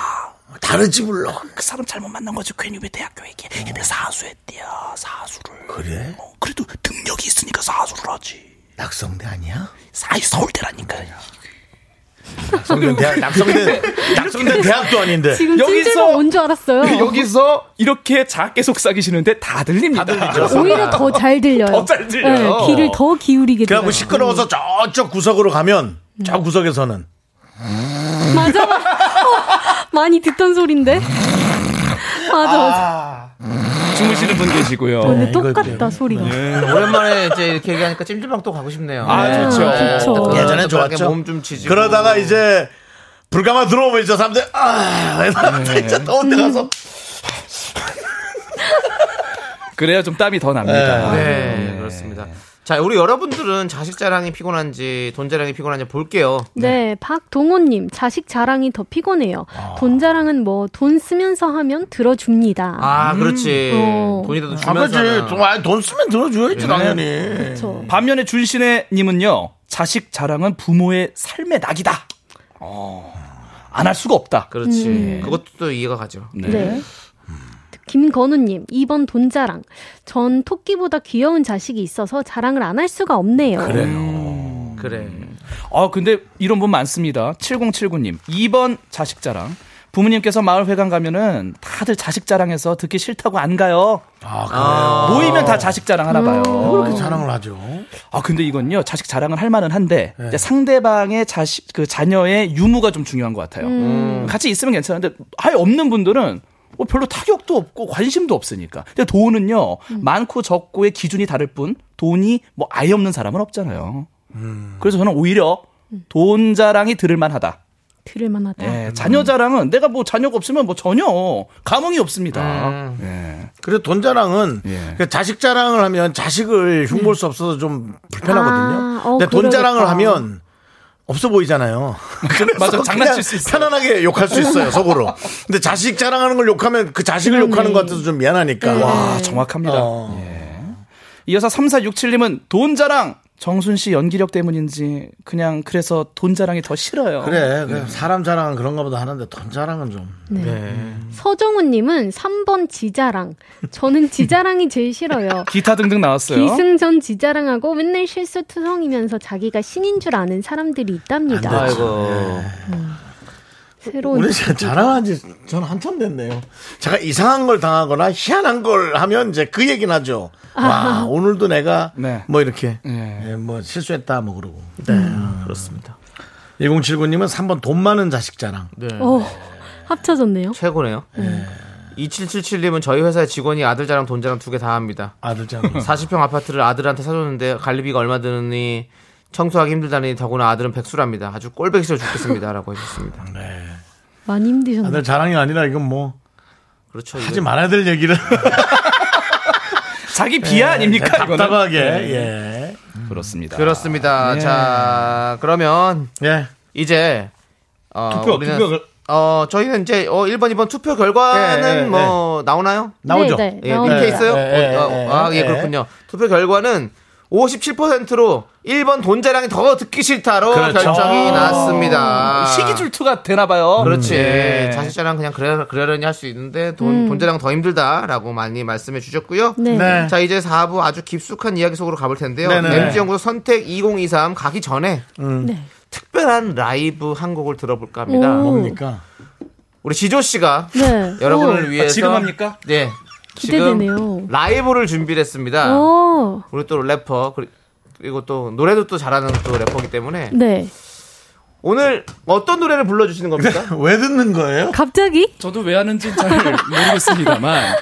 다르지 물론. 그 사람 잘못 만난 거지 괜히 왜 대학교 얘기해. 근데 사수했대요. 사수를. 그래? 그래도 능력이 있으니까 사수를 하지. 낙성대 아니야? 아니 서울대라니까. 낙성대 대학 낙성대 낙성대 대학도 아닌데. 지금 여기서- 찜질방 온 줄 알았어요. 여기서 이렇게 작게 속삭이시는데 다 들립니다. 오히려 더 잘 들려요. 더잘 들려요. 네, 귀를 더 기울이게 돼요. 그래갖고 시끄러워서 저쪽 구석으로 가면 저 구석에서는 맞아. 맞아. 어, 많이 듣던 소린데. 맞아, 맞아. 주무시는 분 계시고요. 근데 이거 똑같다 소리가. 음, 오랜만에 이제 이렇게 얘기하니까 찜질방 또 가고 싶네요. 아, 네. 좋죠. 네, 좋죠. 따끈따끈하게 예전에 좋았죠. 몸좀 치지고. 그러다가 이제 불가마 들어오면 이제 사람들 아, 진짜 더운 데 가서 그래야 좀 땀이 더 납니다. 네, 그렇습니다. 자, 우리 여러분들은 자식 자랑이 피곤한지 돈 자랑이 피곤한지 볼게요. 네, 박동호님 자식 자랑이 더 피곤해요. 돈 자랑은 뭐 돈 쓰면서 하면 들어줍니다. 아, 그렇지. 어. 돈이라도 아, 그지. 주면서. 하나. 돈 쓰면 들어줘야지, 당연히. 그렇죠. 반면에 준신혜님은요, 자식 자랑은 부모의 삶의 낙이다. 안 할 수가 없다. 그렇지. 그것도 또 이해가 가죠. 네. 김건우님 2번 돈 자랑. 전 토끼보다 귀여운 자식이 있어서 자랑을 안 할 수가 없네요. 그래. 아, 근데 이런 분 많습니다. 7079님, 2번 자식 자랑. 부모님께서 마을회관 가면은 다들 자식 자랑해서 듣기 싫다고 안 가요. 모이면 다 자식 자랑하나 봐요. 그렇게 자랑을 하죠. 아 근데 이건요 자식 자랑을 할 만은 한데 이제 상대방의 자식 그 자녀의 유무가 좀 중요한 것 같아요. 같이 있으면 괜찮은데 아예 없는 분들은 뭐 별로 타격도 없고 관심도 없으니까. 근데 돈은요 많고 적고의 기준이 다를 뿐 돈이 뭐 아예 없는 사람은 없잖아요. 그래서 저는 오히려 돈 자랑이 들을만하다. 들을 만하다. 예, 자녀 자랑은 내가 뭐 자녀가 없으면 뭐 전혀 감흥이 없습니다. 그래서 돈 자랑은 그 자식 자랑을 하면 자식을 흉볼 수 없어서 좀 불편하거든요. 아, 어, 근데 돈 그러겠다. 자랑을 하면 없어 보이잖아요. 그래서 맞아, 그냥 장난칠 수 있어요. 편안하게 욕할 수 있어요, 속으로. 근데 자식 자랑하는 걸 욕하면 그 자식을 욕하는 것 같아서 좀 미안하니까. 네. 와, 정확합니다. 어. 이어서 3467님은 돈 자랑! 정순 씨 연기력 때문인지 그냥 그래서 돈 자랑이 더 싫어요. 그래, 그래. 사람 자랑은 그런가 보다 하는데 돈 자랑은 좀. 네. 네. 서정우님은 3번 지자랑. 저는 지자랑이 제일 싫어요. 기타 등등 나왔어요. 기승전 지자랑하고 맨날 실수투성이면서 자기가 신인 줄 아는 사람들이 있답니다. 아이고. 새로운 우리 진짜 자랑한 지 저는 한참 됐네요. 제가 이상한 걸 당하거나 희한한 걸 하면 이제 그 얘기는 하죠. 아. 와, 오늘도 내가 네. 뭐 이렇게 네. 예, 뭐 실수했다 뭐 그러고. 네, 그렇습니다. 1079님은 3번 돈 많은 자식 자랑. 어, 합쳐졌네요. 최고네요. 2777님은 저희 회사의 직원이 아들 자랑 돈 자랑 두 개 다 합니다. 아들 자랑. 40평 아파트를 아들한테 사줬는데 갈리비가 얼마 드느니 청소하기 힘들다니 더구나 아들은 백수랍니다. 아주 꼴배기 싫어 죽겠습니다라고 해주셨습니다. 많이 힘드셨네요. 아들 자랑이 아니라 이건 뭐 그렇죠. 하지 네. 말아야 될 얘기를 자기 네. 비하 아닙니까? 이거는? 답답하게. 예. 그렇습니다. 그렇습니다. 자, 그러면 예. 이제 어, 우리는 어 저희는 이제 어 1번 2번 투표 결과는 예, 예, 뭐 나오나요? 나오죠. 네, 네, 예, 나옵니다. 밑에 있어요? 예, 예, 어, 예, 어, 아, 예, 예. 그렇군요. 투표 결과는 57%로 1번 돈 자랑이 더 듣기 싫다로 그렇죠. 결정이 났습니다. 아. 시기 질투가 되나봐요. 그렇지. 예. 자식 자랑 그냥 그래, 그러려니 할 수 있는데 돈, 돈 자랑 더 힘들다라고 많이 말씀해 주셨고요. 음. 네. 네. 자, 이제 4부 아주 깊숙한 이야기 속으로 가볼 텐데요. 네네. MG연구소 선택 2023 가기 전에 네. 특별한 라이브 한 곡을 들어볼까 합니다. 오. 뭡니까? 우리 지조 씨가 네. 여러분을 오, 위해서 아, 지금 합니까? 네. 기대되네요. 어. 지금 라이브를 준비했습니다. 오. 우리 또 래퍼 그리- 그리고 또 노래도 또 잘하는 또 래퍼기 때문에 네. 오늘 어떤 노래를 불러주시는 겁니까? 왜 듣는 거예요? 갑자기? 저도 왜 하는지 잘 모르겠습니다만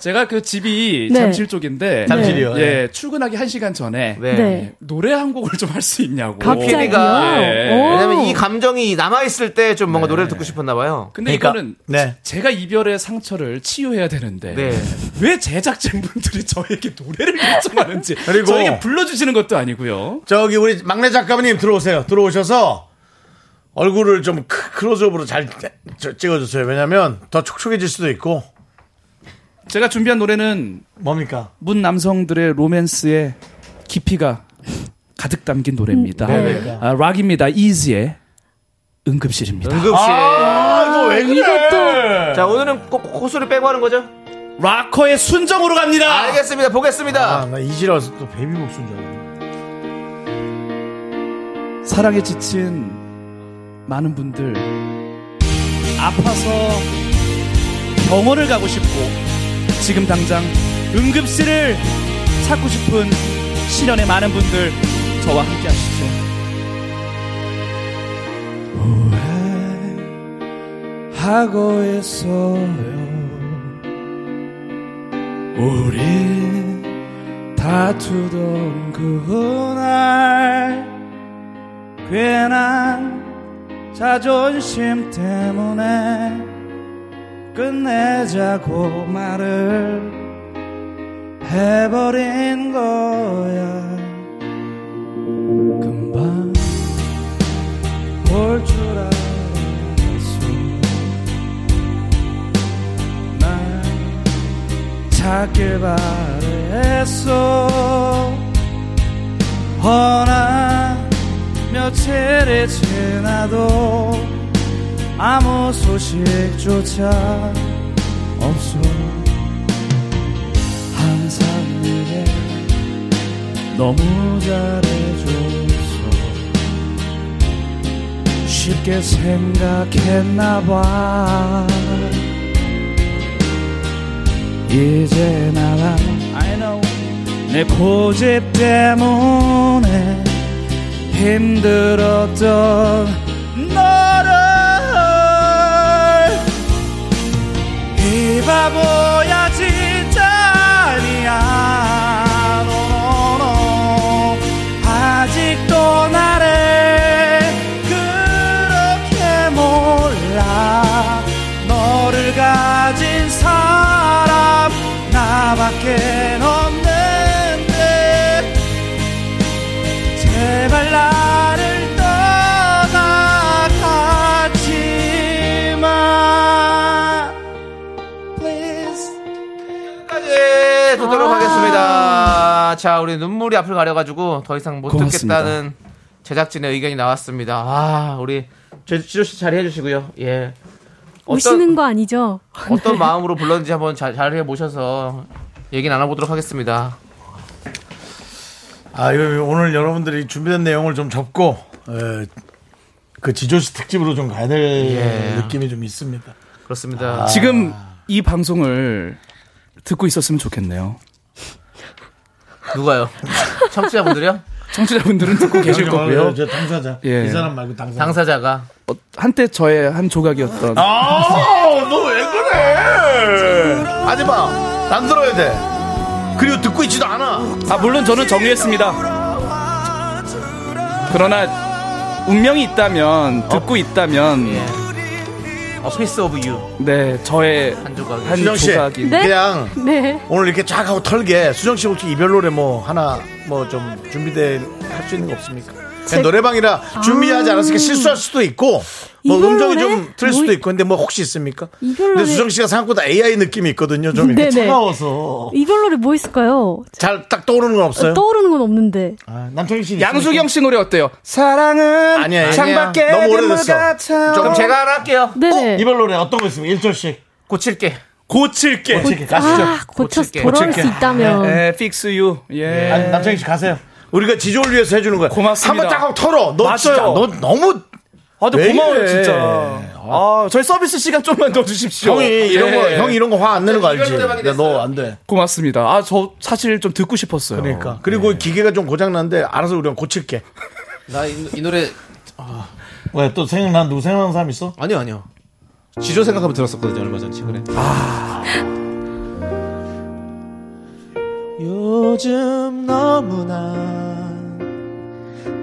제가 그 집이 네. 잠실 쪽인데 잠실이요. 예. 예 출근하기 1 시간 전에 네. 네. 노래 한 곡을 좀 할 수 있냐고 갑자기요? PD가, 예. 네. 오. 왜냐면 이 감정이 남아 있을 때 좀 뭔가 노래를 듣고 싶었나 봐요. 근데 그러니까, 이거는 네. 제가 이별의 상처를 치유해야 되는데 네. 왜 제작진분들이 저에게 노래를 요청하는지 그리고- 저에게 불러주시는 것도 아니고요. 저기 우리 막내 작가님 들어오세요. 들어오셔서 얼굴을 좀 크- 클로즈업으로 잘 저- 찍어주세요. 왜냐면 더 촉촉해질 수도 있고 제가 준비한 노래는 뭡니까? 문 남성들의 로맨스의 깊이가 가득 담긴 노래입니다. 아, 락입니다. 이지의 응급실입니다. 응급실. 아너왜 그래? 자 오늘은 꼭 호소를 빼고 하는 거죠? 락커의 순정으로 갑니다. 알겠습니다. 보겠습니다. 아나 이지라서 또 베이비 목소인 줄 알았네. 사랑에 지친 많은 분들 아파서 병원을 가고 싶고 지금 당장 응급실을 찾고 싶은 시련의 많은 분들 저와 함께 하시죠. 후회하고 있어요. 우리 다투던 그 그날 괜한 자존심 때문에 끝내자고 말을 해버린 거야 금방 올 줄 알았어 날 찾길 바랬어 허나 며칠이 지나도 아무 소식조차 없어 항상 내게 너무 잘해줘서 쉽게 생각했나봐 이제 나랑 내 고집 때문에 힘들었던 너를 이 바보야 진짜 아니야 노노노 아직도 나를 그렇게 몰라 너를 가진 사람 나밖에 없는데 제발 나를 떠나가지 마 Please 여기까지 듣도록 아. 하겠습니다. 자, 우리 눈물이 앞을 가려가지고 더 이상 못 고맙습니다. 듣겠다는 제작진의 의견이 나왔습니다. 와, 우리 제- 지조 씨 자리해 주시고요. 예. 우시는 거 아니죠? 어떤 마음으로 불렀는지 한번 자, 자리해 모셔서 얘기 나눠보도록 하겠습니다. 아, 이거 오늘 여러분들이 준비된 내용을 좀 접고 에, 그 지조시 특집으로 좀 가야 될 예. 느낌이 좀 있습니다. 아. 그렇습니다. 지금 이 방송을 듣고 있었으면 좋겠네요. 누가요? 청취자분들이요? 청취자분들은 듣고 계실 거고요. 저 당사자. 예. 이 사람 말고 당사자. 당사자가. 어, 한때 저의 한 조각이었던 아, 너 왜 그래? 하지 마. 난 들어야 돼. 그리고 듣고 있지도 않아. 아 물론 저는 정리했습니다. 그러나 운명이 있다면 듣고 있다면 어, 피스 오브 유. 네 저의 한 조각. 한 수정 씨. 조각이 네? 그냥 네. 오늘 이렇게 쫙 하고 털게 수정 씨 혹시 이별 노래 뭐 하나 뭐 좀 준비될 할 수 있는 거 없습니까? 그냥 노래방이라 준비하지 않았으니까 실수할 수도 있고 뭐 아. 이별 음정이 노래? 좀 틀릴 뭐 수도 이- 있고 근데 뭐 혹시 있습니까? 이별 근데 노래- 수정 씨가 생각보다 AI 느낌이 있거든요. 좀 이렇게 네네. 차가워서 이별 노래 뭐 있을까요? 잘 딱 떠오르는 건 없어요. 떠오르는 건 없는데. 어? 아, 남창희 씨 양수경 씨 노래 어때요? 사랑은 아니야, 아니야. 창밖에 너무 눈물 오래됐어. 같아. 그럼 제가 하나 할게요. 네네. 이별 노래 어떤 거 있습니까? 1절씩 고칠게. 고칠게. 고칠게 가시죠. 네, 아, 고쳐서 고칠게. 돌아올 고칠게. 수 있다면. 예, 픽스 유. 예. 아니, 남창희 씨 가세요. 우리가 지조를 위해서 해주는 거야. 고맙습니다. 한번 딱 하고 털어. 너 맞아요. 진짜 너 너무 아, 근데 왜 고마워요, 이래. 진짜. 아, 저희 서비스 시간 좀만 더 주십시오. 형이 이런 예. 거, 형 이런 거 화 안 내는 거 이별 알지? 노래방이 근데 너 됐어요. 안 돼. 고맙습니다. 아, 저 사실 좀 듣고 싶었어요. 그러니까. 그리고 기계가 좀 고장난데 알아서 우리가 고칠게. 나 이 노래. 왜 또 생각난 누구 생각나는 사람 있어? 아니요, 아니요. 지조 생각하면 들었었거든요, 얼마 전에 최근에. 아, 요즘 너무나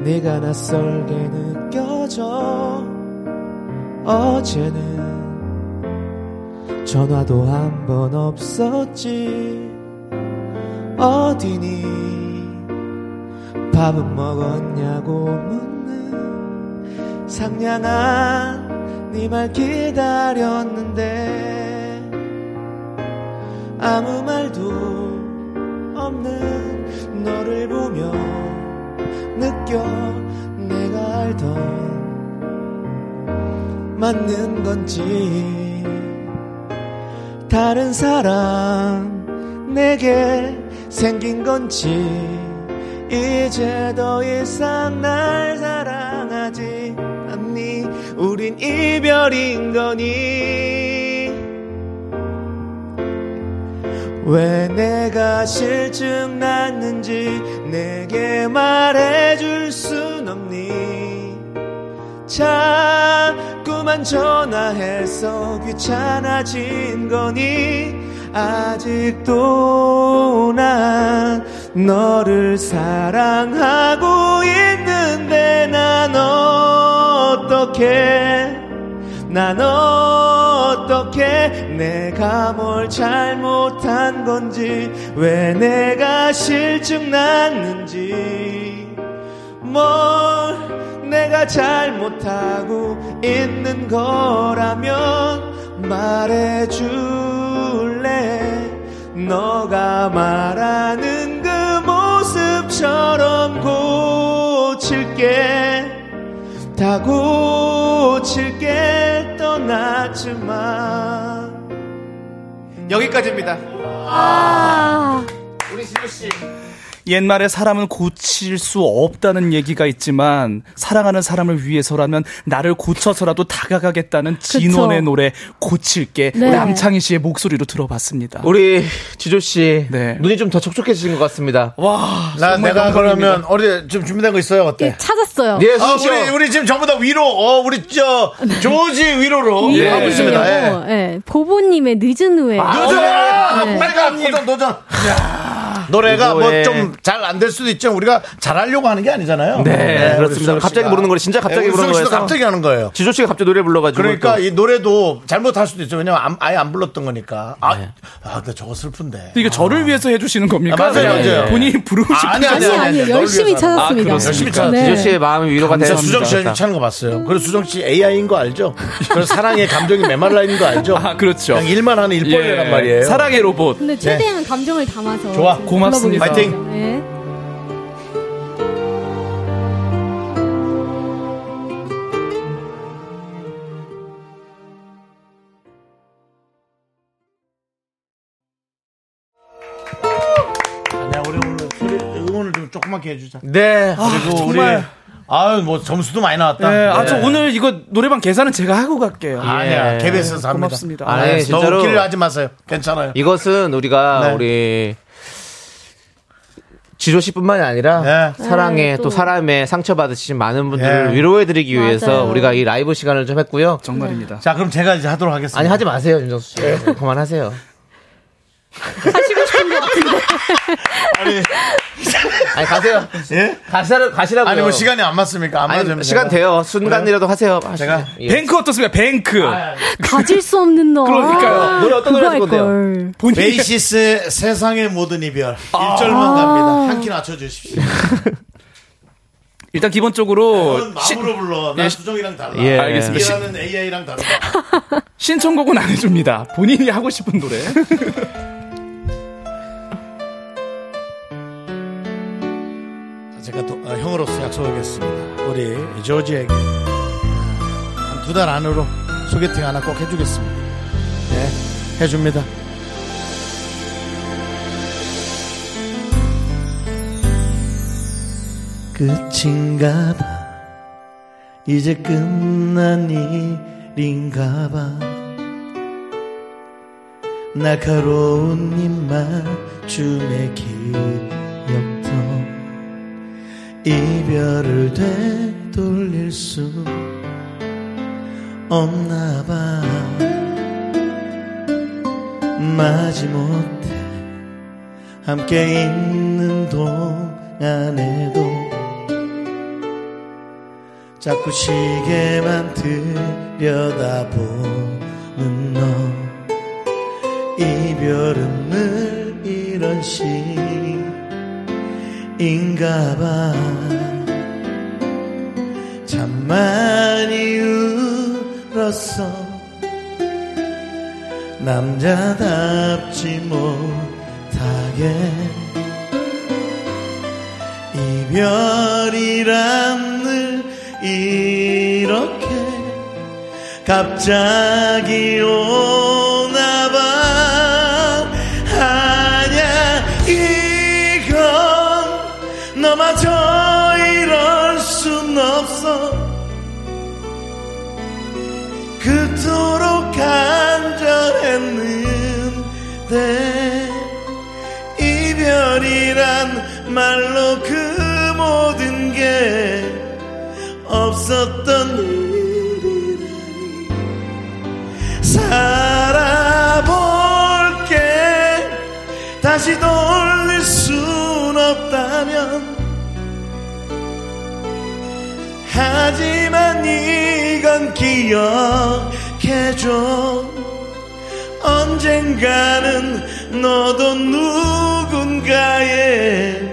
네가 낯설게 느껴져 어제는 전화도 한 번 네. 없었지 어디니 밥은 먹었냐고 묻는 상냥한 네 말 기다렸는데 아무 말도 없는 너를 보며 느껴 내가 알던 맞는 건지 다른 사람 내게 생긴 건지 이제 더 이상 날 사랑하지 않니 우린 이별인 거니 왜 내가 실증 났는지 내게 말해줄 순 없니 자꾸만 전화해서 귀찮아진 거니 아직도 난 너를 사랑하고 있는데 난 어떻게 난 어떻게 내가 뭘 잘못한 건지 왜 내가 실증 났는지 뭘 내가 잘못하고 있는 거라면 말해줄래 너가 말하는 그 모습처럼 고칠게 다 고칠게 떠났지만 여기까지입니다. 아, 우리 진우 씨. 옛말에 사람은 고칠 수 없다는 얘기가 있지만 사랑하는 사람을 위해서라면 나를 고쳐서라도 다가가겠다는 진원의 노래 고칠게 네. 남창희 씨의 목소리로 들어봤습니다. 우리 지조 씨. 네. 눈이 좀 더 촉촉해지신 것 같습니다. 와, 나 정말 내가 감사합니다. 그러면 어디 좀 준비된 거 있어요? 어때? 찾았어요. 예, 아, 수진 씨. 우리, 우리 지금 전부 다 위로, 어, 우리 저, 조지 위로로 이 하고 있습니다. 예. 아, 곡은요, 예, 보보님의 늦은 후에. 아, 노전! 네. 빨간 도전, 도전! 야, 노래가 뭐 이거에- 좀 잘 안 될 수도 있지만 우리가 잘하려고 하는 게 아니잖아요. 네, 그렇습니다. 갑자기 부르는 거 거를 진짜 갑자기 부르는 씨도 거예요. 갑자기 하는 거예요. 지조 씨가 갑자기 노래 불러가지고. 그러니까 또. 이 노래도 잘못할 수도 있죠. 왜냐면 안- 아예 안 불렀던 거니까. 아, 네. 아 근데 저거 슬픈데. 이게 저를 위해서 해주시는 겁니까? 아, 맞아요, 네. 맞아요. 본인이 부르고 싶은 아니, 아니, 아니, 아니, 아니, 열심히 널 위해서 찾았습니다. 아, 열심히 그렇습니다. 찾았 네. 지조 씨의 마음이 위로가 되는 진짜 수정 씨가 좀 차는 거 봤어요. 그래서 수정 씨 AI인 거 알죠? 그래서 사랑의 감정이 메말라 있는 거 알죠? 아, 그렇죠. 그냥 일만 하는 예. 일벌레란 말이에요. 사랑의 로봇. 근데 최대한 감정을 담아서. 좋아. 고맙습니다. 불러보겠습니다. 네. 아니야, 우리 오늘 소리 응원을 좀 조그맣게 해주자. 네. 그리고 우리 아, 정말. 아유 뭐 점수도 많이 나왔다. 네, 아, 네. 저 오늘 이거 노래방 계산은 제가 하고 갈게요. 아니야, 예. KBS에서 합니다. 고맙습니다. 아니, 네, 더 진짜로. 웃기려 하지 마세요. 괜찮아요. 이것은 우리가 네. 우리 지조 씨뿐만이 아니라 네. 사랑에 네, 또. 또. 사람에 상처받으신 많은 분들을 예. 위로해드리기 위해서 맞아요. 우리가 이 라이브 시간을 좀 했고요. 정말입니다. 자, 그럼 제가 이제 하도록 하겠습니다. 아니 하지 마세요, 윤정수 씨. 네. 그만하세요. 하시고 싶은 것 같은데. 아니 가세요. 예? 가시라 가시라고요. 아니 뭐 시간이 안 맞습니까? 안 맞으면 아니, 시간 돼요. 순간이라도 하세요. 아, 제가? 예. 네. 뱅크 어떻습니까? 뱅크. 아, 가질 수 없는 너. 그러니까요. 아, 노래 어떤 그거 노래 하실 할 걸. 본인이 베이시스의 세상의 모든 이별 아. 1절만 갑니다. 한 키 낮춰주십시오. 일단 기본적으로 그건 시- 아, 마음으로 불러. 난 예. 수정이랑 달라. 뭐, 예. 알겠습니다. 시- 이라는 AI랑 다르다. 신청곡은 안 해줍니다. 본인이 하고 싶은 노래. 자, 제가 또, 어, 형으로서 약속하겠습니다. 우리 조지에게 어, 한 두 달 안으로 소개팅 하나 꼭 해주겠습니다. 예, 해줍니다. 끝인가 봐. 이제 끝난 일인가 봐. 날카로운 입맞춤의 기억도 이별을 되돌릴 수 없나 봐 마지못해 함께 있는 동안에도 자꾸 시계만 들여다보는 너 이별은 늘 이런 식 인가봐 참 많이 울었어 남자답지 못하게 이별이란 늘 이렇게 갑자기 오나봐 아냐 이건 너마저 이럴 순 없어 그토록 간절했는데 이별이란 말로 그 모든 게 없었던 일이라니 살아볼게 하지만 이건 기억해줘 언젠가는 너도 누군가의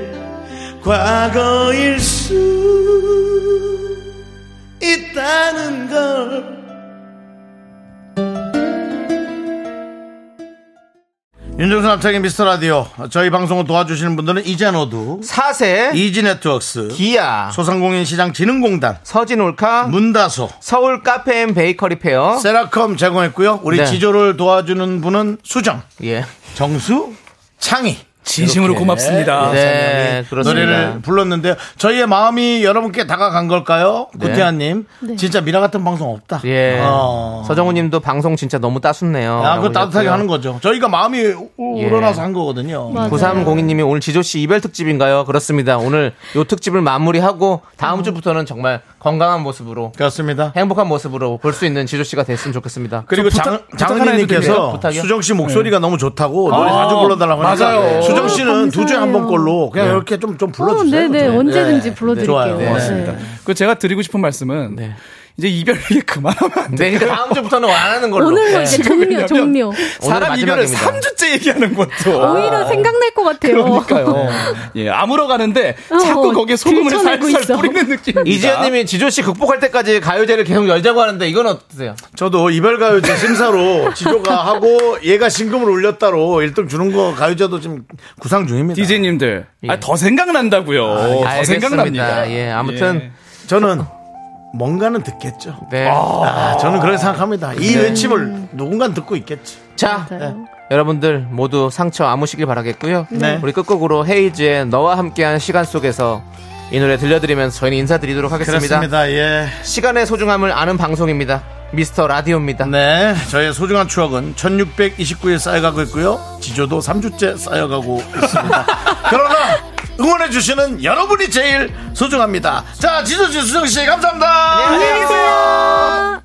과거일 수 있다는 걸 윤정수 남창의 미스터 라디오. 저희 방송을 도와주시는 분들은 이젠어두, 사세, 이지네트웍스, 기아, 소상공인 시장 진흥공단, 서진올카, 문다소, 서울 카페앤 베이커리 페어. 세라컴 제공했고요. 우리 네. 지조를 도와주는 분은 수정, 예. 정수, 창희. 진심으로 고맙습니다. 네, 아, 노래를 그렇습니다. 불렀는데요. 저희의 마음이 여러분께 다가간 걸까요? 네. 구태환님, 네. 진짜 미라 같은 방송 없다. 예. 어. 서정우 님도 방송 진짜 너무 따숩네요. 아, 그거 따뜻하게 하는 거죠. 저희가 마음이 우- 예. 우러나서 한 거거든요. 그, 맞아요. 9302님이 오늘 지조씨 이별 특집인가요? 그렇습니다. 오늘 요 특집을 마무리하고 다음 주부터는 정말 건강한 모습으로 그렇습니다. 행복한 모습으로 볼 수 있는 지조씨가 됐으면 좋겠습니다. 그리고 부탁- 장, 부탁 하나 해도 돼요? 장은희님께서 부탁이요? 네. 수정 씨 목소리가 너무 좋다고 노래 아, 자주 불러달라고 하니까 맞아요. 수정 씨는 어, 두 주에 한 감사해요. 번꼴로 그냥 네. 이렇게 좀, 좀 네, 불러주세요. 네. 저희. 언제든지 네. 불러드릴게요. 좋아요. 네. 고맙습니다. 그 제가 드리고 싶은 말씀은 네. 이제 이별 얘기 그만하면 안 돼. 네, 다음 주부터는 안 하는 걸로. 오늘로 예. 이제 종료, 왜냐면- 종료. 사람 이별을 마지막입니다. 아, 3주째 얘기하는 것도. 오히려 생각날 것 같아요. 아. 그러니까요. 예, 아무러 가는데 어, 자꾸 거기에 소금을 들춰내고 살살 있어. 뿌리는 느낌입니다. 이지현님이 지조씨 극복할 때까지 가요제를 계속 열자고 하는데 이건 어떠세요? 저도 이별가요제 심사로 지조가 하고 얘가 신금을 올렸다로 1등 주는 거 가요제도 지금 구상 중입니다. DJ님들. 예. 아, 더 생각난다고요. 뭐, 더 아, 알겠습니다. 생각납니다. 예, 아무튼 예. 저는 뭔가는 듣겠죠. 네. 아, 저는 그렇게 생각합니다. 이 외침을 누군가 듣고 있겠지. 자, 네. 여러분들 모두 상처 아무시길 바라겠고요. 네. 우리 끝곡으로 헤이즈의 너와 함께한 시간 속에서 이 노래 들려드리면서 저희는 인사드리도록 하겠습니다. 그렇습니다. 예. 시간의 소중함을 아는 방송입니다. 미스터 라디오입니다. 네, 저의 소중한 추억은 1629일 쌓여가고 있고요. 지조도 3주째 쌓여가고 있습니다. 그러나 응원해주시는 여러분이 제일 소중합니다. 자, 지조씨, 수정씨, 감사합니다. 안녕히 계세요. 아.